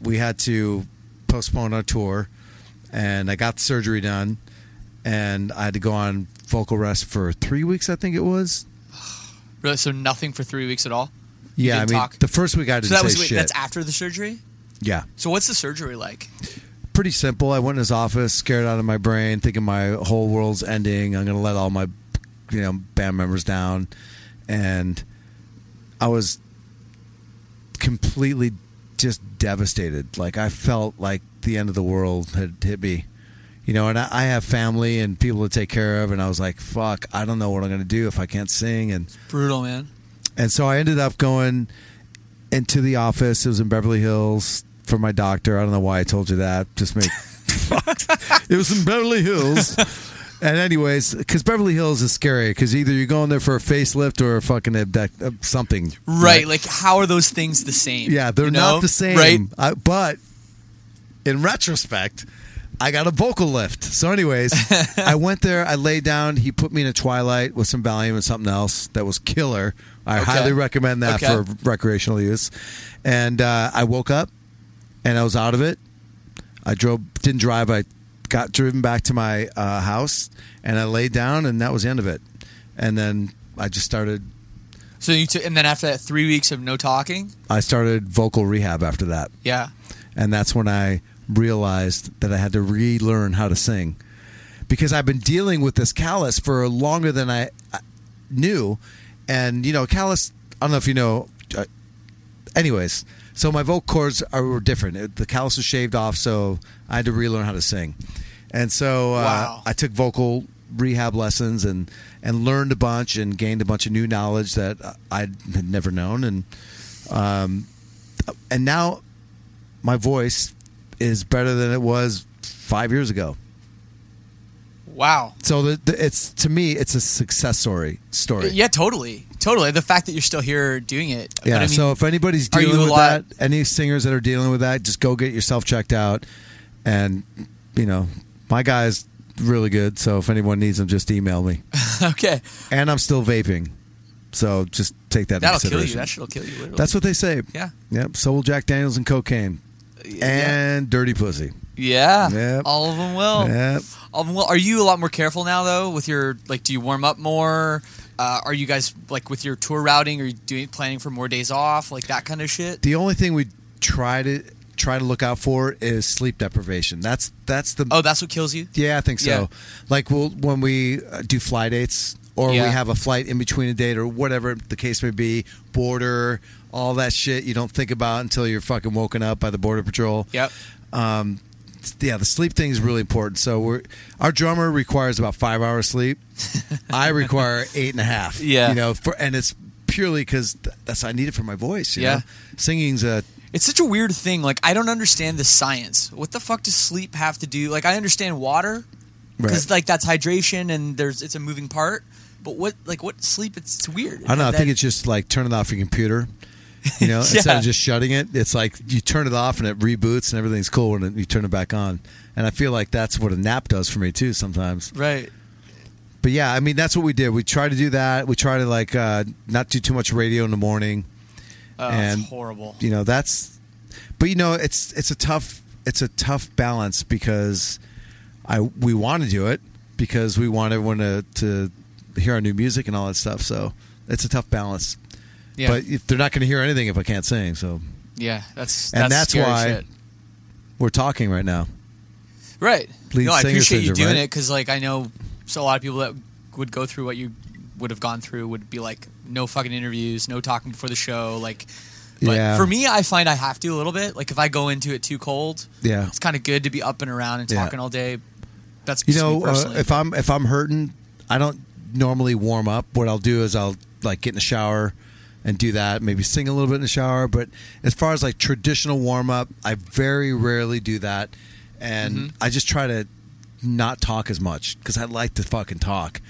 we had to postpone our tour. And I got the surgery done. And I had to go on vocal rest for three weeks, I think it was.
Really? So nothing for three weeks at all?
Yeah, I
didn't
mean,
talk?
the first week I didn't
So that
say
was wait,
shit.
that's after the surgery?
yeah.
So what's the surgery like?
pretty simple. I went in his office, scared out of my brain, thinking my whole world's ending. I'm gonna let all my, you know, band members down, and I was completely just devastated. Like I felt like the end of the world had hit me, you know. And I, I have family and people to take care of, and I was like, "Fuck, I don't know what I'm gonna do if I can't sing." And
Brutal, man.
and so I ended up going into the office. It was in Beverly Hills for my doctor. I don't know why I told you that. Just make it was in Beverly Hills. And anyways, because Beverly Hills is scary, because either you're going there for a facelift or a fucking abduct, uh, something.
Right. Like, how are those things the same?
Yeah, they're
you know?
not the same.
Right?
I, but in retrospect, I got a vocal lift. So, anyways, I went there. I laid down. He put me in a twilight with some Valium and something else that was killer. I highly recommend that
Okay.
for recreational use. And uh, I woke up, and I was out of it. I drove, didn't drive. I got driven back to my uh, house, and I laid down, and that was the end of it. And then I just started.
So you took, and then after that, three weeks of no talking?
I started vocal rehab after that.
Yeah.
and that's when I realized that I had to relearn how to sing because I've been dealing with this callus for longer than I I knew, and you know, callus. I don't know if you know. Uh, anyways, so my vocal cords are were different. It- the callus was shaved off, so I had to relearn how to sing, and so uh,
Wow.
I took vocal rehab lessons and and learned a bunch and gained a bunch of new knowledge that uh, I had never known and um and now my voice is better than it was 5 years ago.
Wow.
So the, the, it's to me, it's a success story. Story.
Yeah, totally. Totally. The fact that you're still here doing it. But
Yeah,
I mean,
so if anybody's
are you
dealing
a
with
lot-
that, any singers that are dealing with that, just go get yourself checked out. And you know, my guy's really good. So if anyone needs him, just email me.
okay.
and I'm still vaping, so just take that.
That'll
into
kill you.
consideration.
That shit'll kill you. Literally.
That's what they say.
Yeah. Uh,
Yep. So will Jack Daniels and cocaine, and dirty pussy.
Yeah.
Yep.
All of them will.
Yep.
All of them will. Um, Are you a lot more careful now though with your like? Do you warm up more? Uh, are you guys like with your tour routing? Are you doing planning for more days off, like that kind of shit?
The only thing we try to try to look out for is sleep deprivation. That's that's the
Oh, that's what kills you.
Yeah, I think so.
Yeah.
Like we'll when we uh, do fly dates, or
Yeah.
we have a flight in between a date, or whatever the case may be. Border, all that shit you don't think about until you're fucking woken up by the border patrol.
Yep.
Um, yeah, the sleep thing is really important. So we're our drummer requires about five hours sleep. I require eight and a half.
Yeah.
you know, for and it's purely because that's I need it for my voice. you
Yeah.
know? singing's a
It's such a weird thing. Like I don't understand the science. What the fuck does sleep have to do? Like I understand water because
Right.
like that's hydration and there's it's a moving part. But what like what sleep? It's, it's weird.
I don't know. I
That-
think it's just like turning off your computer. You know, instead of just shutting it, it's like you turn it off and it reboots and everything's cool and you turn it back on. And I feel like that's what a nap does for me too sometimes.
right.
But yeah, I mean that's what we did. We try to do that. We try to like uh, not do too much radio in the morning.
Oh,
and
it's horrible.
You know that's, but you know it's it's a tough it's a tough balance because I we want to do it because we want everyone to to hear our new music and all that stuff. So it's a tough balance.
Yeah.
But if they're not going to hear anything if I can't sing, so
yeah. That's
and
that's,
that's
scary
why-
shit.
we're talking right now.
Right.
Lead
no, I
singer
appreciate you
syndrome,
doing
right?
it because, like, I know so a lot of people that would go through what you would have gone through would be like no fucking interviews, no talking before the show. Like, but
Yeah.
for me, I find I have to a little bit. Like, if I go into it too cold,
Yeah.
it's kind of good to be up and around and
Yeah.
talking all day. That's
You
just me
know, uh,
personally.
if I'm if I'm hurting, I don't normally warm up. What I'll do is I'll like get in the shower and do that. Maybe sing a little bit in the shower. But as far as like traditional warm up, I very rarely do that, and
Mm-hmm.
I just try to not talk as much because I like to fucking talk,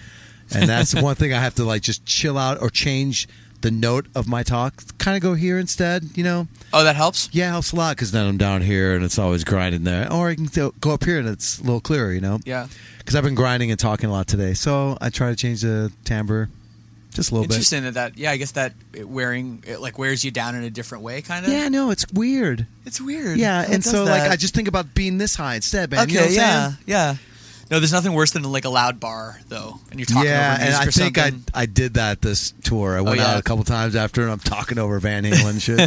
and that's the one thing I have to like just chill out or change the note of my talk. Kind of go here instead, you know.
oh, that helps.
Yeah, it helps a lot because then I'm down here and it's always grinding there. Or I can go go up here and it's a little clearer, you know?
Yeah.
Because I've been grinding and talking a lot today. So I try to change the timbre just a little bit.
Interesting that that. Yeah, I guess that it wearing it like wears you down in a different way, kind of.
Yeah, no, it's weird.
It's weird.
Yeah,
how it
and
does
so like
that.
I just think about being this high instead, man.
Okay.
you know what I'm
yeah.
saying?
Yeah. No, there's nothing worse than like a loud bar though, and you're talking
yeah,
over music
and I
or
think I
something. Oh,
I did that this tour. I went
yeah.
out a couple times after, and I'm talking over Van Halen and shit,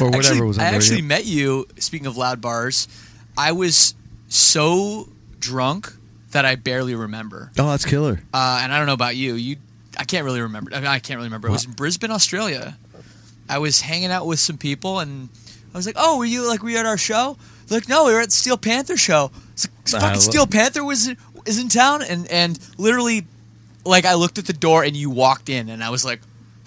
or whatever
actually,
was on
I
the
actually
radio.
met you. Speaking of loud bars, I was so drunk that I barely remember.
Oh, that's killer!
Uh, and I don't know about you. You, I can't really remember. I, mean, I can't really remember. It was in Brisbane, Australia. I was hanging out with some people, and I was like, "Oh, were you like were you at our show?" They're like, "No, we were at the Steel Panther show." It's like,
I
fucking
lo-
Steel Panther was is in town, and and literally, like I looked at the door and you walked in, and I was like,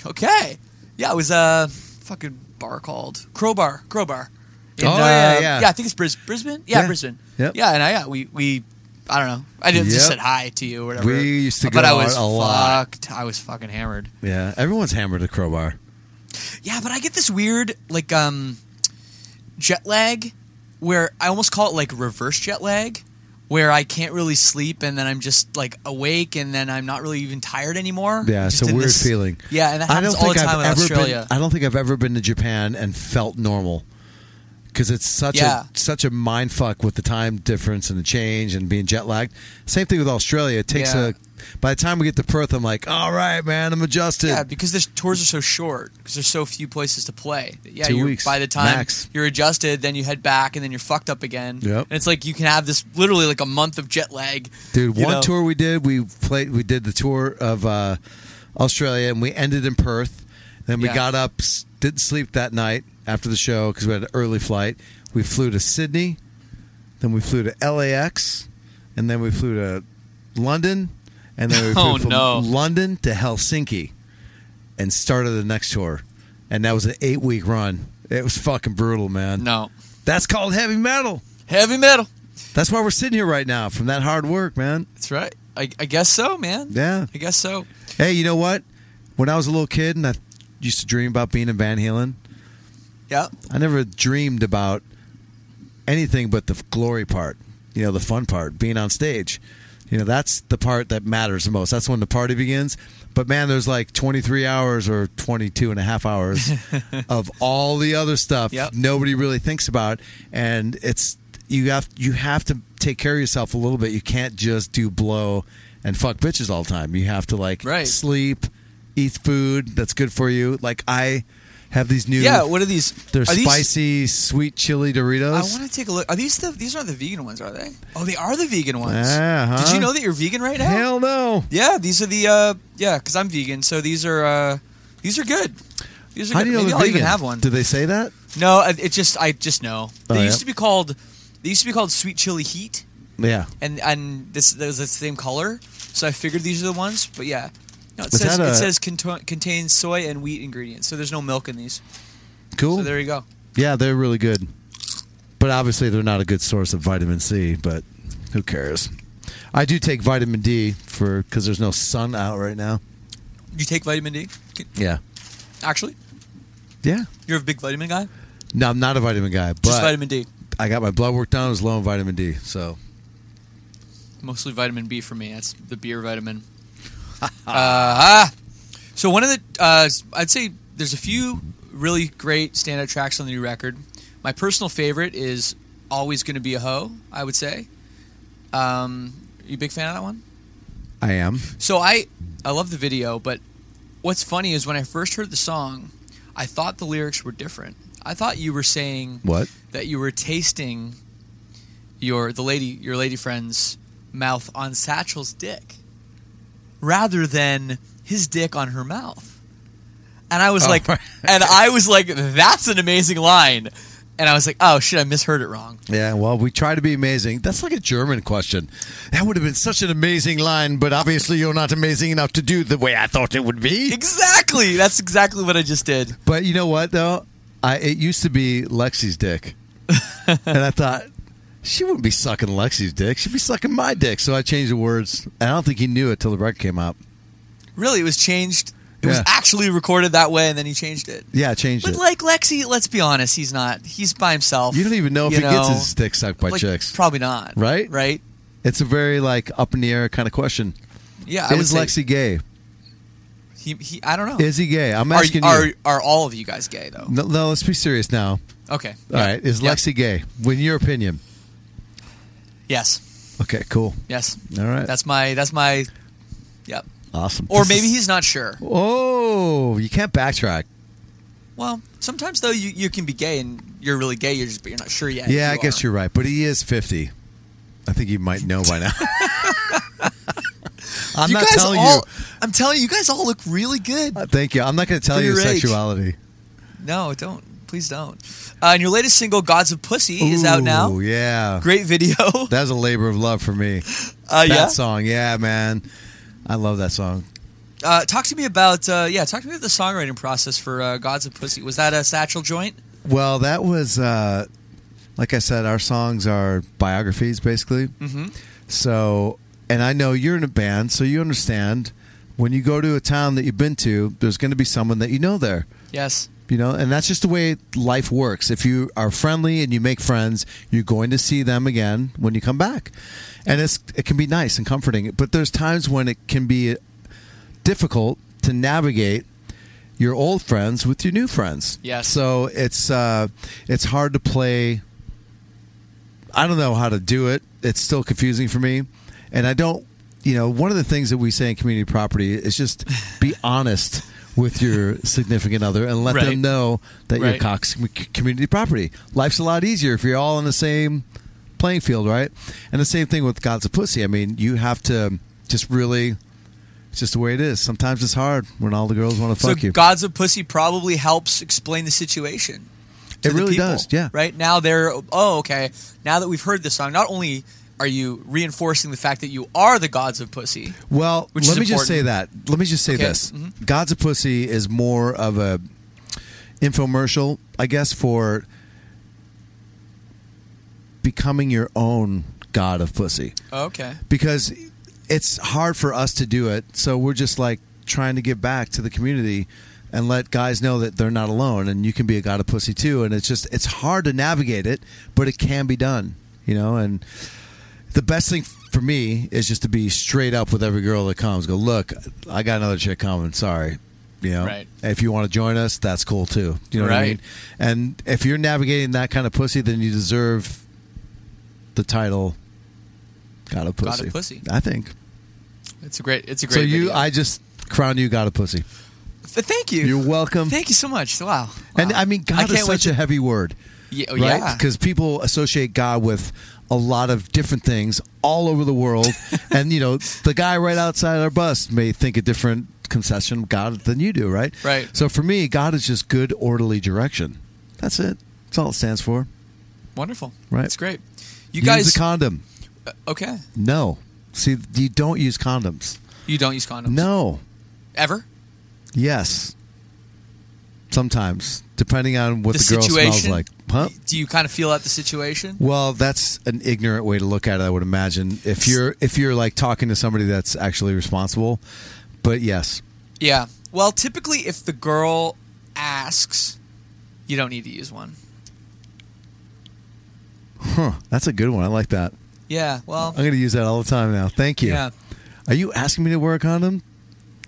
"Okay, yeah." It was a fucking bar called Crowbar, Crowbar. In,
Oh, yeah,
uh,
yeah.
yeah. I think it's Bris- Brisbane. Yeah,
Yeah.
Brisbane.
Yep.
Yeah, and I yeah, we we. I don't know. I didn't just
Yep.
said hi to you or whatever.
We used to
but
go
I was
out a lot.
fucked. I was fucking hammered.
Yeah, everyone's hammered a crowbar.
Yeah, but I get this weird like um jet lag where I almost call it like reverse jet lag where I can't really sleep and then I'm just like awake and then I'm not really even tired anymore.
Yeah,
Just
it's a
in
weird
this-
feeling.
Yeah, and that happens all the time in Australia.
Been, I don't think I've ever been to Japan and felt normal because it's such
Yeah.
a such a mind fuck with the time difference and the change and being jet lagged. Same thing with Australia. It takes
Yeah.
a. By the time we get to Perth, I'm like, all right, man, I'm adjusted.
yeah, because the tours are so short because there's so few places to play. Yeah,
Two
you're,
weeks,
by the time
max.
you're adjusted, then you head back and then you're fucked up again.
Yep.
And it's like you can have this literally like a month of jet lag.
Dude,
you
one
know?
tour we did, we played, we did the tour of uh, Australia, and we ended in Perth. Then we
Yeah.
got up, s- didn't sleep that night after the show because we had an early flight. We flew to Sydney, then we flew to LAX, and then we flew to London, and then we flew
Oh,
from
no.
London to Helsinki, and started the next tour. And that was an eight week run. It was fucking brutal, man.
No.
that's called heavy metal.
Heavy metal.
That's why we're sitting here right now from that hard work, man.
That's right. I, I guess so, man.
Yeah.
I guess so.
Hey, you know what? When I was a little kid and I used to dream about being in Van Halen,
Yeah.
I never dreamed about anything but the glory part, you know, the fun part, being on stage. You know, that's the part that matters the most. That's when the party begins. But man, there's like 23 hours or 22 and a half hours of all the other stuff
Yep.
nobody really thinks about and it's you have you have to take care of yourself a little bit. You can't just do blow and fuck bitches all the time. You have to like
Right.
sleep, eat food that's good for you. Like I have these new.
Yeah, what are these?
They're
Are these-
spicy sweet chili
I
Doritos.
want to take a look. Are these the? These aren't the vegan ones, are they? Oh, they are the vegan ones.
Yeah,
Did
huh?
you know that you're vegan right now?
Hell no!
Yeah, these are the. Uh, yeah, because I'm vegan, so these are. Uh, these are good. These are
How
good.
do you know
Maybe
they're
I'll
vegan?
even have one.
Do they say that?
No, I- it just I just know they
Oh,
used
yeah.
to be called. They used to be called sweet chili heat,
Yeah.
and and this that was the same color. So I figured these are the ones. But yeah, no, it
Was
says
that
it
a-
says conto- contains soy and wheat ingredients. So there's no milk in these.
Cool.
So there you go.
yeah, they're really good. But obviously, they're not a good source of vitamin C. But who cares? I do take vitamin D for because there's no sun out right now.
You take vitamin D.
Yeah.
Actually,
Yeah.
you're a big vitamin guy.
No, I'm not a vitamin guy, but
Just vitamin D.
I got my blood work done. It was low in vitamin D, so
mostly vitamin B for me. That's the beer vitamin. uh, so one of the uh, I'd say there's a few really great standout tracks on the new record. My personal favorite is always going to be a hoe. I would say. Um, you a big fan of that one?
I am.
So I I love the video, but what's funny is when I first heard the song, I thought the lyrics were different. I thought you were saying
What?
that you were tasting your the lady your lady friend's mouth on Satchel's dick rather than his dick on her mouth. And I was like and I was like that's an amazing line. And I was like, "Oh shit, I misheard it wrong."
Yeah, well, we try to be amazing. That's like a German question. That would have been such an amazing line, but obviously you're not amazing enough to do the way I thought it would be.
Exactly. That's exactly what I just did.
But you know what though? I it used to be Lexi's dick. and I thought she wouldn't be sucking Lexi's dick. She'd be sucking my dick. So I changed the words. And I don't think he knew it till the record came out.
Really, it was changed. It was
Yeah.
actually recorded that way, and then he changed it.
Yeah, I changed
But
it.
like Lexi, let's be honest, he's not. He's by himself.
you don't even know if
you
he gets
know?
his dick sucked by
Like,
chicks.
Probably not.
Right?
Right.
it's a very like up in the air kind of question.
Yeah. I
Is
would say
Lexi gay?
He, he, I don't know.
Is he gay? I'm
are,
asking you.
are are all of you guys gay though?
no, no, let's be serious now.
Okay.
All right, is
Yeah.
Lexi gay? In your opinion?
Yes.
Okay, cool.
Yes.
All right,
That's my. That's my. Yep.
awesome.
Or
This
maybe
is-
he's not sure.
Oh, you can't backtrack.
Well, sometimes though you, you can be gay and you're really gay. You're just but you're not sure yet.
yeah, I
You
guess
are.
you're right, but he is fifty. I think you might know by now. I'm
You
not
guys
telling
all.
you.
I'm telling you, you guys all look really good.
Uh, Thank you. I'm not going to tell
For
you
your age.
sexuality.
No, don't. Please don't. Uh, and your latest single, "Gods of Pussy," is out now.
Ooh, Yeah,
Great video.
that was a labor of love for me.
Uh,
that
yeah.
song, yeah, man, I love that song.
Uh, talk to me about uh, yeah. Talk to me about the songwriting process for uh, "Gods of Pussy." Was that a Satchel joint?
Well, that was uh, like I said, our songs are biographies basically. Mm-hmm. So, and I know you're in a band, so you understand when you go to a town that you've been to, there's going to be someone that you know there.
Yes.
You know, and that's just the way life works. If you are friendly and you make friends, you're going to see them again when you come back. And it's it can be nice and comforting, but there's times when it can be difficult to navigate your old friends with your new friends.
Yes.
So it's uh it's hard to play I don't know how to do it. It's still confusing for me. And I don't, you know, one of the things that we say in community property is just be honest with your significant other and let
Right.
them know that you're
Right.
Cox com- community property. Life's a lot easier if you're all on the same playing field, right? And the same thing with God's a Pussy. I mean, you have to just really, it's just the way it is. Sometimes it's hard when all the girls want to fuck
so
you.
"Gods of Pussy" probably helps explain the situation. to
It
the
really
people,
does, yeah.
Right now they're oh okay. Now that we've heard this song, not only are you reinforcing the fact that you are the gods of pussy,
Well,
Which
let
is
me just say
important.
that. Let me just say
Okay.
this:
Mhm.
God's a pussy is more of a infomercial, I guess, for becoming your own god of pussy
okay.
because it's hard for us to do it. So we're just like trying to give back to the community and let guys know that they're not alone and you can be a god of pussy too. And it's just it's hard to navigate it, but it can be done, you know. And the best thing for me is just to be straight up with every girl that comes. Go look, I got another chick coming. Sorry. You know,
Right.
if you want to join us, that's cool too. You know what I
Right.
mean? And if you're navigating that kind of pussy, then you deserve the title God of
God
Pussy.
of Pussy.
I think.
It's a great. It's a great.
So you
video.
I just crown you God of Pussy.
Th- Thank you.
You're welcome.
Thank you so much. Wow.
And
Wow.
I mean, God is
can't wait
such
to-
a heavy word,
Yeah, oh,
right?
yeah.
Because people associate God with a lot of different things all over the world, and you know, the guy right outside our bus may think a different concession of God than you do, right?
Right.
So for me, God is just good orderly direction. That's it. That's all it stands for.
Wonderful.
Right.
That's great. You
use
guys.
a condom.
uh, okay.
No. See, you don't use condoms.
You don't use condoms.
No.
Ever.
Yes. Sometimes, depending on what
The
the, girl smells
situation?
like. Huh?
Do you kind of feel out the situation?
Well, that's an ignorant way to look at it. I would imagine if you're if you're like talking to somebody that's actually responsible. But yes,
Yeah. Well, typically, if the girl asks, you don't need to use one.
huh? That's a good one. I like that.
Yeah. Well.
I'm going to use that all the time now. Thank you.
Yeah.
Are you asking me to wear a condom?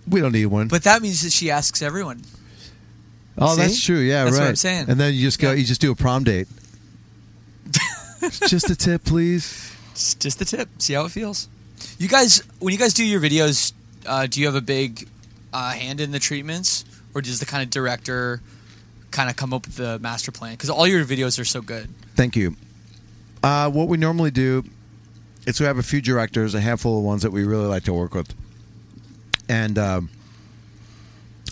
We don't need one.
But that means that she asks everyone.
oh, that's
see?
true. Yeah,
That's
right.
what I'm saying.
And then you just go.
Yeah.
You just do a prom date. just a tip, please.
It's just the tip. See how it feels. You guys, when you guys do your videos, uh, do you have a big uh, hand in the treatments, or does the kind of director kind of come up with the master plan? Because all your videos are so good.
Thank you. Uh, what we normally do is we have a few directors, a handful of ones that we really like to work with, and um,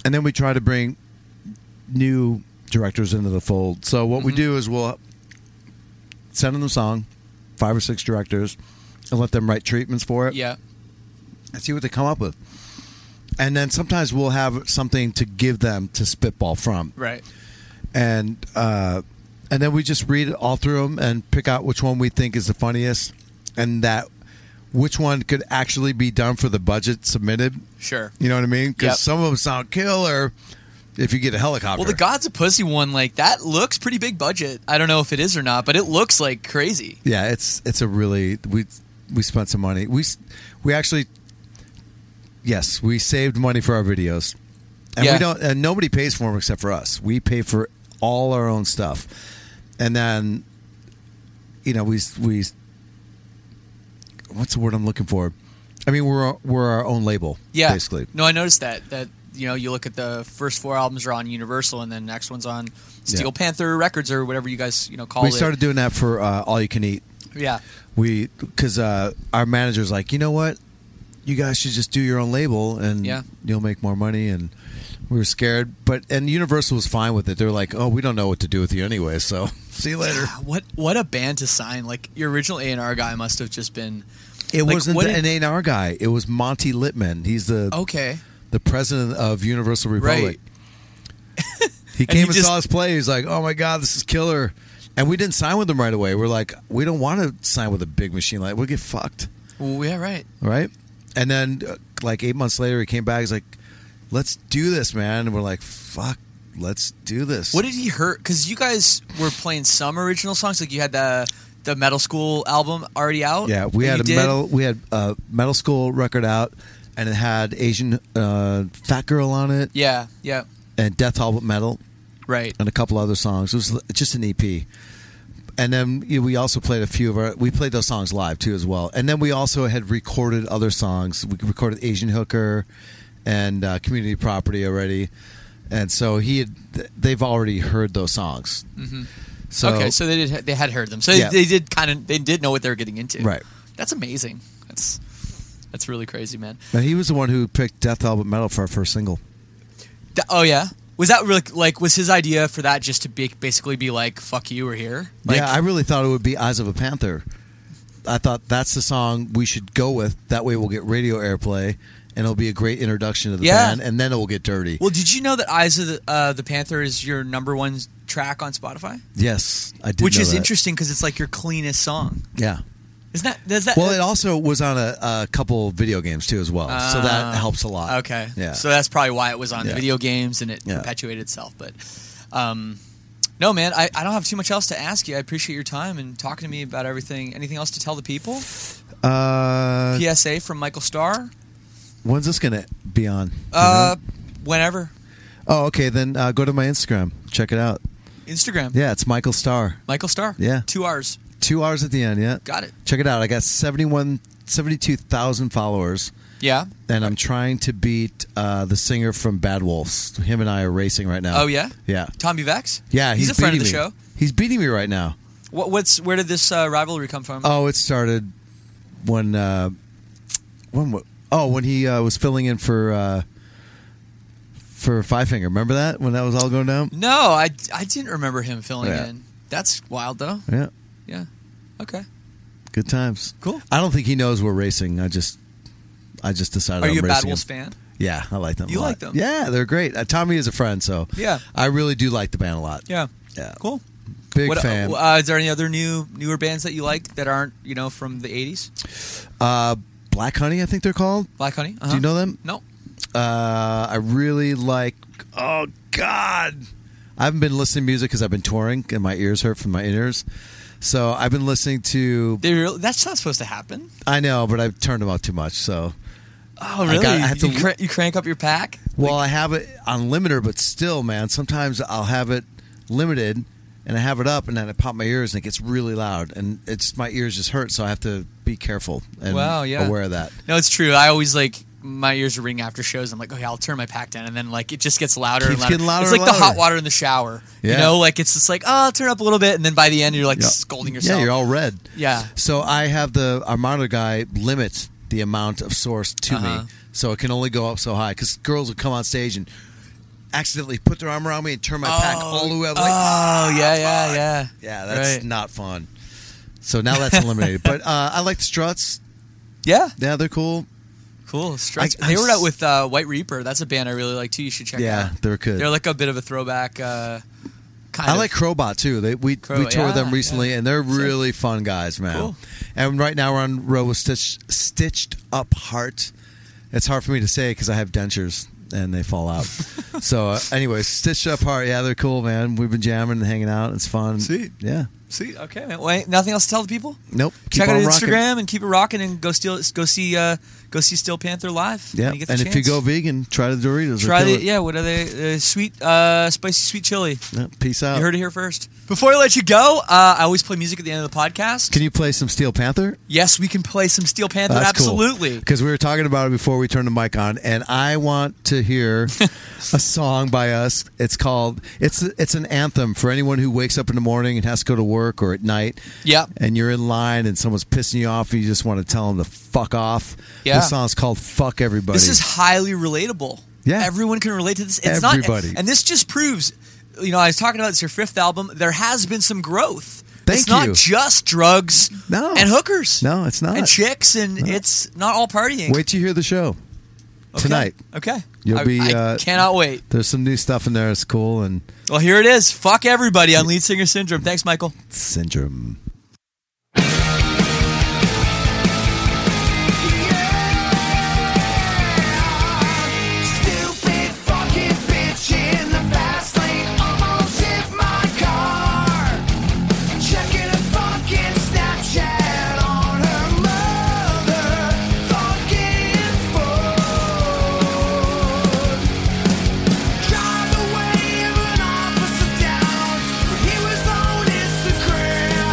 and then we try to bring new directors into the fold. So what we do is we'll send them the song, five or six directors, and let them write treatments for it
Yeah.
and see what they come up with. And then sometimes we'll have something to give them to spitball from
Right.
and uh, and then we just read it all through them and pick out which one we think is the funniest, and that which one could actually be done for the budget submitted.
Sure.
You know what I mean? Because
Yep.
some of them sound killer if you get a helicopter.
Well, the God's a Pussy one, like that looks pretty big budget. I don't know if it is or not, but it looks like crazy.
yeah, it's it's a really we we spent some money. We s- we actually yes we saved money for our videos, and
Yeah.
we don't and nobody pays for them except for us. We pay for all our own stuff, and then you know we we what's the word I'm looking for? I mean we're we're our own label,
Yeah.
basically.
No, I noticed that. That you know, you look at the first four albums are on Universal, and then next one's on Steel
Yeah.
Panther Records or whatever you guys you know call
We
it.
started doing that for uh, all you can eat.
Yeah.
we because uh, our manager's like, you know what, you guys should just do your own label and
Yeah.
you'll make more money. And we were scared, but and Universal was fine with it. They're like, oh, we don't know what to do with you anyway, so see you later.
What what a band to sign! Like your original A and R guy must have just been.
It
Like,
wasn't
what Oh.
the,
did-
an A&R guy. It was Monty Littman. He's the
Okay.
the president of Universal Republic. he
he
came and,
just-
saw us play. He's like, "Oh my god, this is killer!" And we didn't sign with him right away. We're like, "We don't want to sign with a big machine like we'll get fucked."
Well, yeah. Right.
right? And then uh, like eight months later, he came back. He's like, "Let's do this, man." And we're like, "Fuck, let's do this."
What did he hurt? Because you guys were playing some original songs. Like you had the the metal school album already out.
yeah, we
that
had
you
a
did.
metal we had a metal school record out, and it had Asian uh, Fat Girl on it,
Yeah. Yeah.
and Death Hobbit Metal,
Right.
and a couple other songs. It was l- just an EP. And then you know, we also played a few of our. We played those songs live too, as well. And then we also had recorded other songs. We recorded Asian Hooker and uh, Community Property already. And so he had. th- They've already heard those songs. Mm-hmm. So,
okay. So they did. They had heard them. So
Yeah.
they did kind of. They did know what they were getting into.
Right.
That's amazing. That's that's really crazy, man.
Now, he was the one who picked Death Album Metal for our first single.
Th- oh yeah. Was that really like? Was his idea for that just to be, basically be like, "Fuck you, we're here." Like,
yeah, I really thought it would be Eyes of a Panther. I thought that's the song we should go with. That way we'll get radio airplay, and it'll be a great introduction to the
Yeah.
band. And then it will get dirty.
Well, did you know that Eyes of the, uh, the Panther is your number one track on Spotify?
Yes, I did.
Which
know
is
that.
interesting because it's like your cleanest song.
Yeah.
Isn't that? Does that?
Well, it also was on a, a couple video games too, as well. so
Ah.
that helps a lot.
okay.
Yeah.
So that's probably why it was on
Yeah.
video games and it
Yeah.
perpetuated itself. But um, no, man, I, I don't have too much else to ask you. I appreciate your time and talking to me about everything. Anything else to tell the people?
uh,
PSA from Michael Starr.
when's this gonna be on? You
Uh,
know?
whenever
Oh, okay. Then uh, go to my Instagram. Check it out.
Instagram.
Yeah, it's Michael Starr.
Michael Starr.
Yeah.
Two R's.
Two hours at the end. Yeah.
Got it.
Check it out. I got 71, 72,000 followers.
Yeah.
and I'm trying to beat uh, the singer from Bad Wolves. Him and I are racing right now.
Oh yeah.
yeah,
Tom Bevex.
yeah.
He's, a friend of the
beating me.
show.
He's beating me right now.
What, what's where did this uh, rivalry come from?
Oh, it started when uh, when wa- oh when he uh, was filling in for uh, for Five Finger. Remember that when that was all going down?
no, I I didn't remember him filling
Yeah.
in. That's wild though.
Yeah,
Yeah. Okay.
good times.
Cool.
I don't think he knows we're racing. I just I just decided.
Are
I'm
you a Bad
racing
Wolves
him.
fan?
Yeah, I like them. a
You
lot.
like them?
Yeah, they're great. Uh, Tommy is a friend, so
Yeah.
I really do like the band a lot.
Yeah.
yeah,
Cool.
big
what,
fan.
Uh, is there any other new newer bands that you like that aren't you know from the '80s?
Uh, Black Honey, I think they're called.
Black Honey. Uh-huh.
Do you know them?
No.
Uh, I really like. Oh God, I haven't been listening to music because I've been touring and my ears hurt from my inners. So I've been listening to.
They real that's not supposed to happen.
I know, but I've turned them out too much. So
Oh,
really?
I have to,
You
you,
cra-
crank up your pack?
well, I have it on limiter, but still, man, sometimes I'll have it limited and I have it up, and then I pop my ears and it gets really loud, and it's my ears just hurt. So I have to be careful and
Wow, yeah.
aware of that.
No, it's true. I always like my ears ring after shows. I'm like, okay, I'll turn my pack down, and then like it just gets louder and
Keeps
louder.
getting louder
It's
and
like the hot
louder.
water in the shower. You
Yeah.
know, like it's just like, oh, I'll turn up a little bit, and then by the end, you're like
Yeah.
scolding yourself.
Yeah, you're all red.
Yeah.
So I have the our monitor guy limit the amount of source to
Uh-huh.
me, so it can only go up so high. Because girls would come on stage and accidentally put their arm around me and turn my pack all the way up. Like, "Ah,
oh, yeah, yeah, yeah.
yeah, that's
Right.
not fun. So now that's eliminated. but uh, I like the struts.
yeah.
Yeah, they're cool.
Cool. Strikes.
I-
they
I'm
were out
s-
with uh, White Reaper. That's a band I really like too. You should check.
Yeah,
out.
they're good.
They're like a bit of a throwback. Uh, kind
I
of-
like Crowbot too. They, we we
Crowbot,
toured
yeah,
them recently,
yeah.
and they're really fun guys, man.
Cool.
And right now we're on row with stitch, stitched up heart. It's hard for me to say because I have dentures and they fall out. so, uh, anyway, stitched up heart. Yeah, they're cool, man. We've been jamming and hanging out. It's fun.
Sweet.
Yeah.
See, okay, man. Wait, nothing else to tell the people.
Nope. Keep
Check out
on
his
rocking.
Instagram and keep it rocking and go steal, go see, uh, go see Steel Panther live.
Yeah.
when you get the
and if you
chance.
go vegan, try the Doritos. or
try
kill
the
it.
yeah. What are they? Uh, sweet, uh, spicy, sweet chili.
Yeah, Peace out.
You heard it here first. Before I let you go, uh, I always play music at the end of the podcast.
Can you play some Steel Panther?
yes, we can play some Steel Panther.
That's
absolutely.
Because we were talking about it before we turned the mic on, and I want to hear a song by us. It's called it's it's an anthem for anyone who wakes up in the morning and has to go to work or at night.
Yep.
And you're in line, and someone's pissing you off, and you just want to tell them to fuck off.
Yeah.
This song's called "Fuck Everybody."
This is highly relatable.
Yeah.
everyone can relate to this. It's
Everybody.
not, and this just proves. You know, I was talking about it's your fifth album. There has been some growth.
Thank
it's not
you.
just drugs
No.
and hookers.
No, it's not.
And chicks, and it's not all partying.
Wait till you hear the show
Okay.
tonight.
Okay.
You'll
I,
be,
I
uh,
cannot wait.
There's some new stuff in there. It's cool and
Well, here it is. Fuck everybody on Lead Singer Syndrome. Thanks, Michael.
syndrome.
Stupid fucking bitch in the fast lane almost hit my car. Checking a fucking Snapchat on her mother fucking phone. Drive the wave an officer down. He was on Instagram.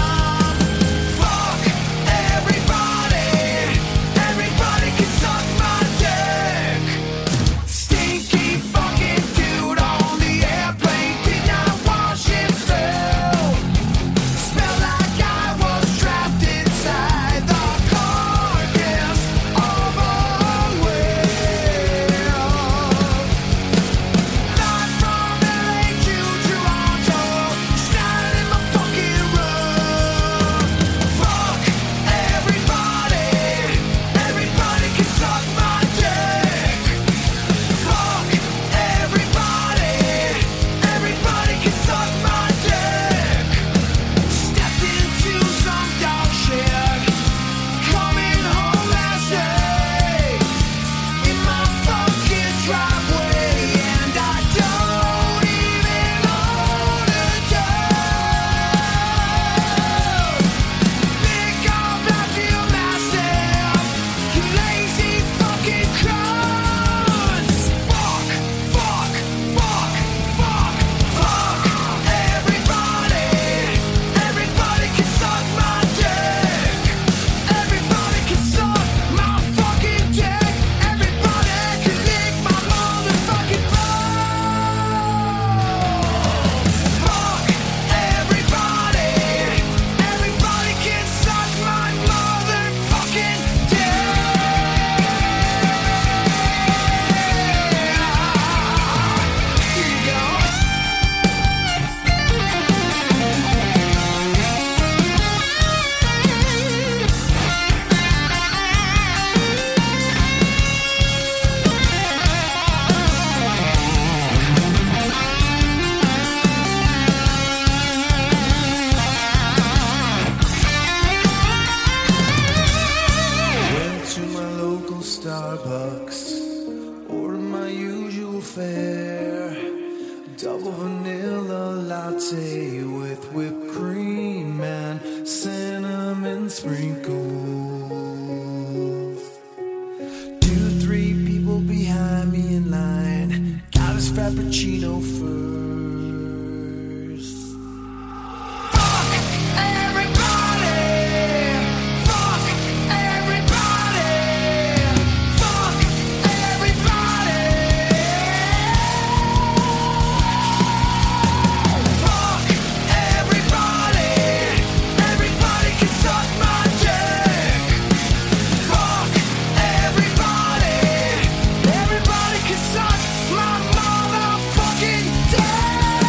Double vanilla latte with whipped cream and cinnamon sprinkles. Two, three people behind me in line got his frappuccino first. Fuck everybody! Fuck everybody! Fuck everybody! Fuck everybody! Everybody can suck my dick. Fuck everybody! Everybody can suck my motherfucking dick.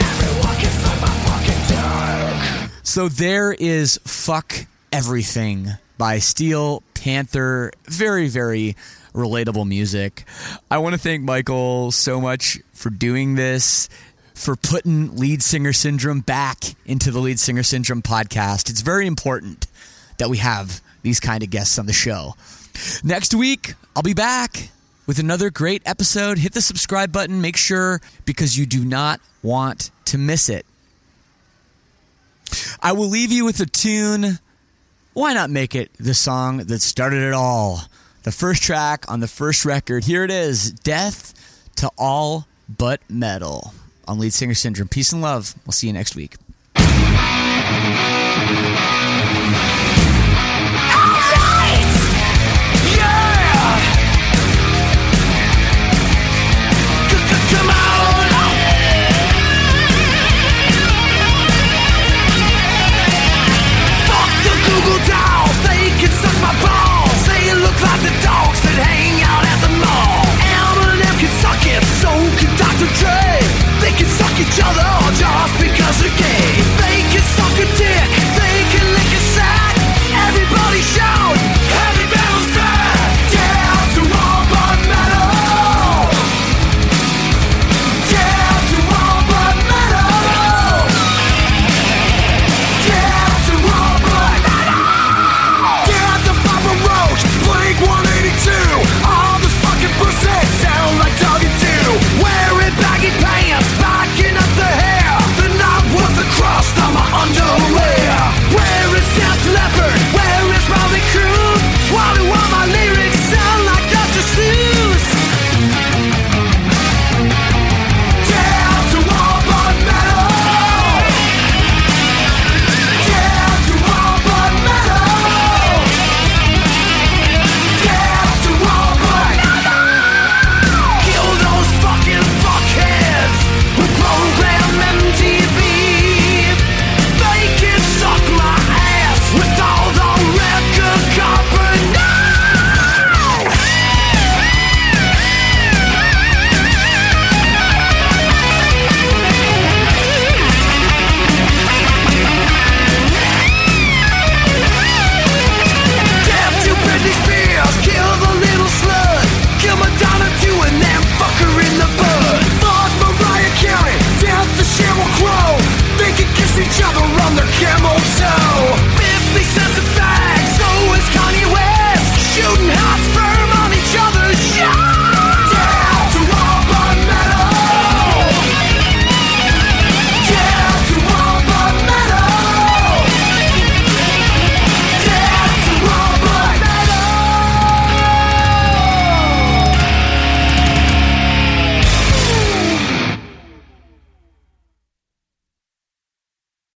Everyone can suck my fucking dick.
So there is Fuck Everything by Steel Panther. Very, very relatable music. I want to thank Michael so much for doing this, for putting Lead Singer Syndrome back into the Lead Singer Syndrome podcast. It's very important that we have these kind of guests on the show. Next week, I'll be back with another great episode. Hit the subscribe button, make sure, because you do not want to miss it. I will leave you with a tune. Why not make it the song that started it all? The first track on the first record. Here it is Death to All But Metal on Lead Singer Syndrome. Peace and love. We'll see you next week.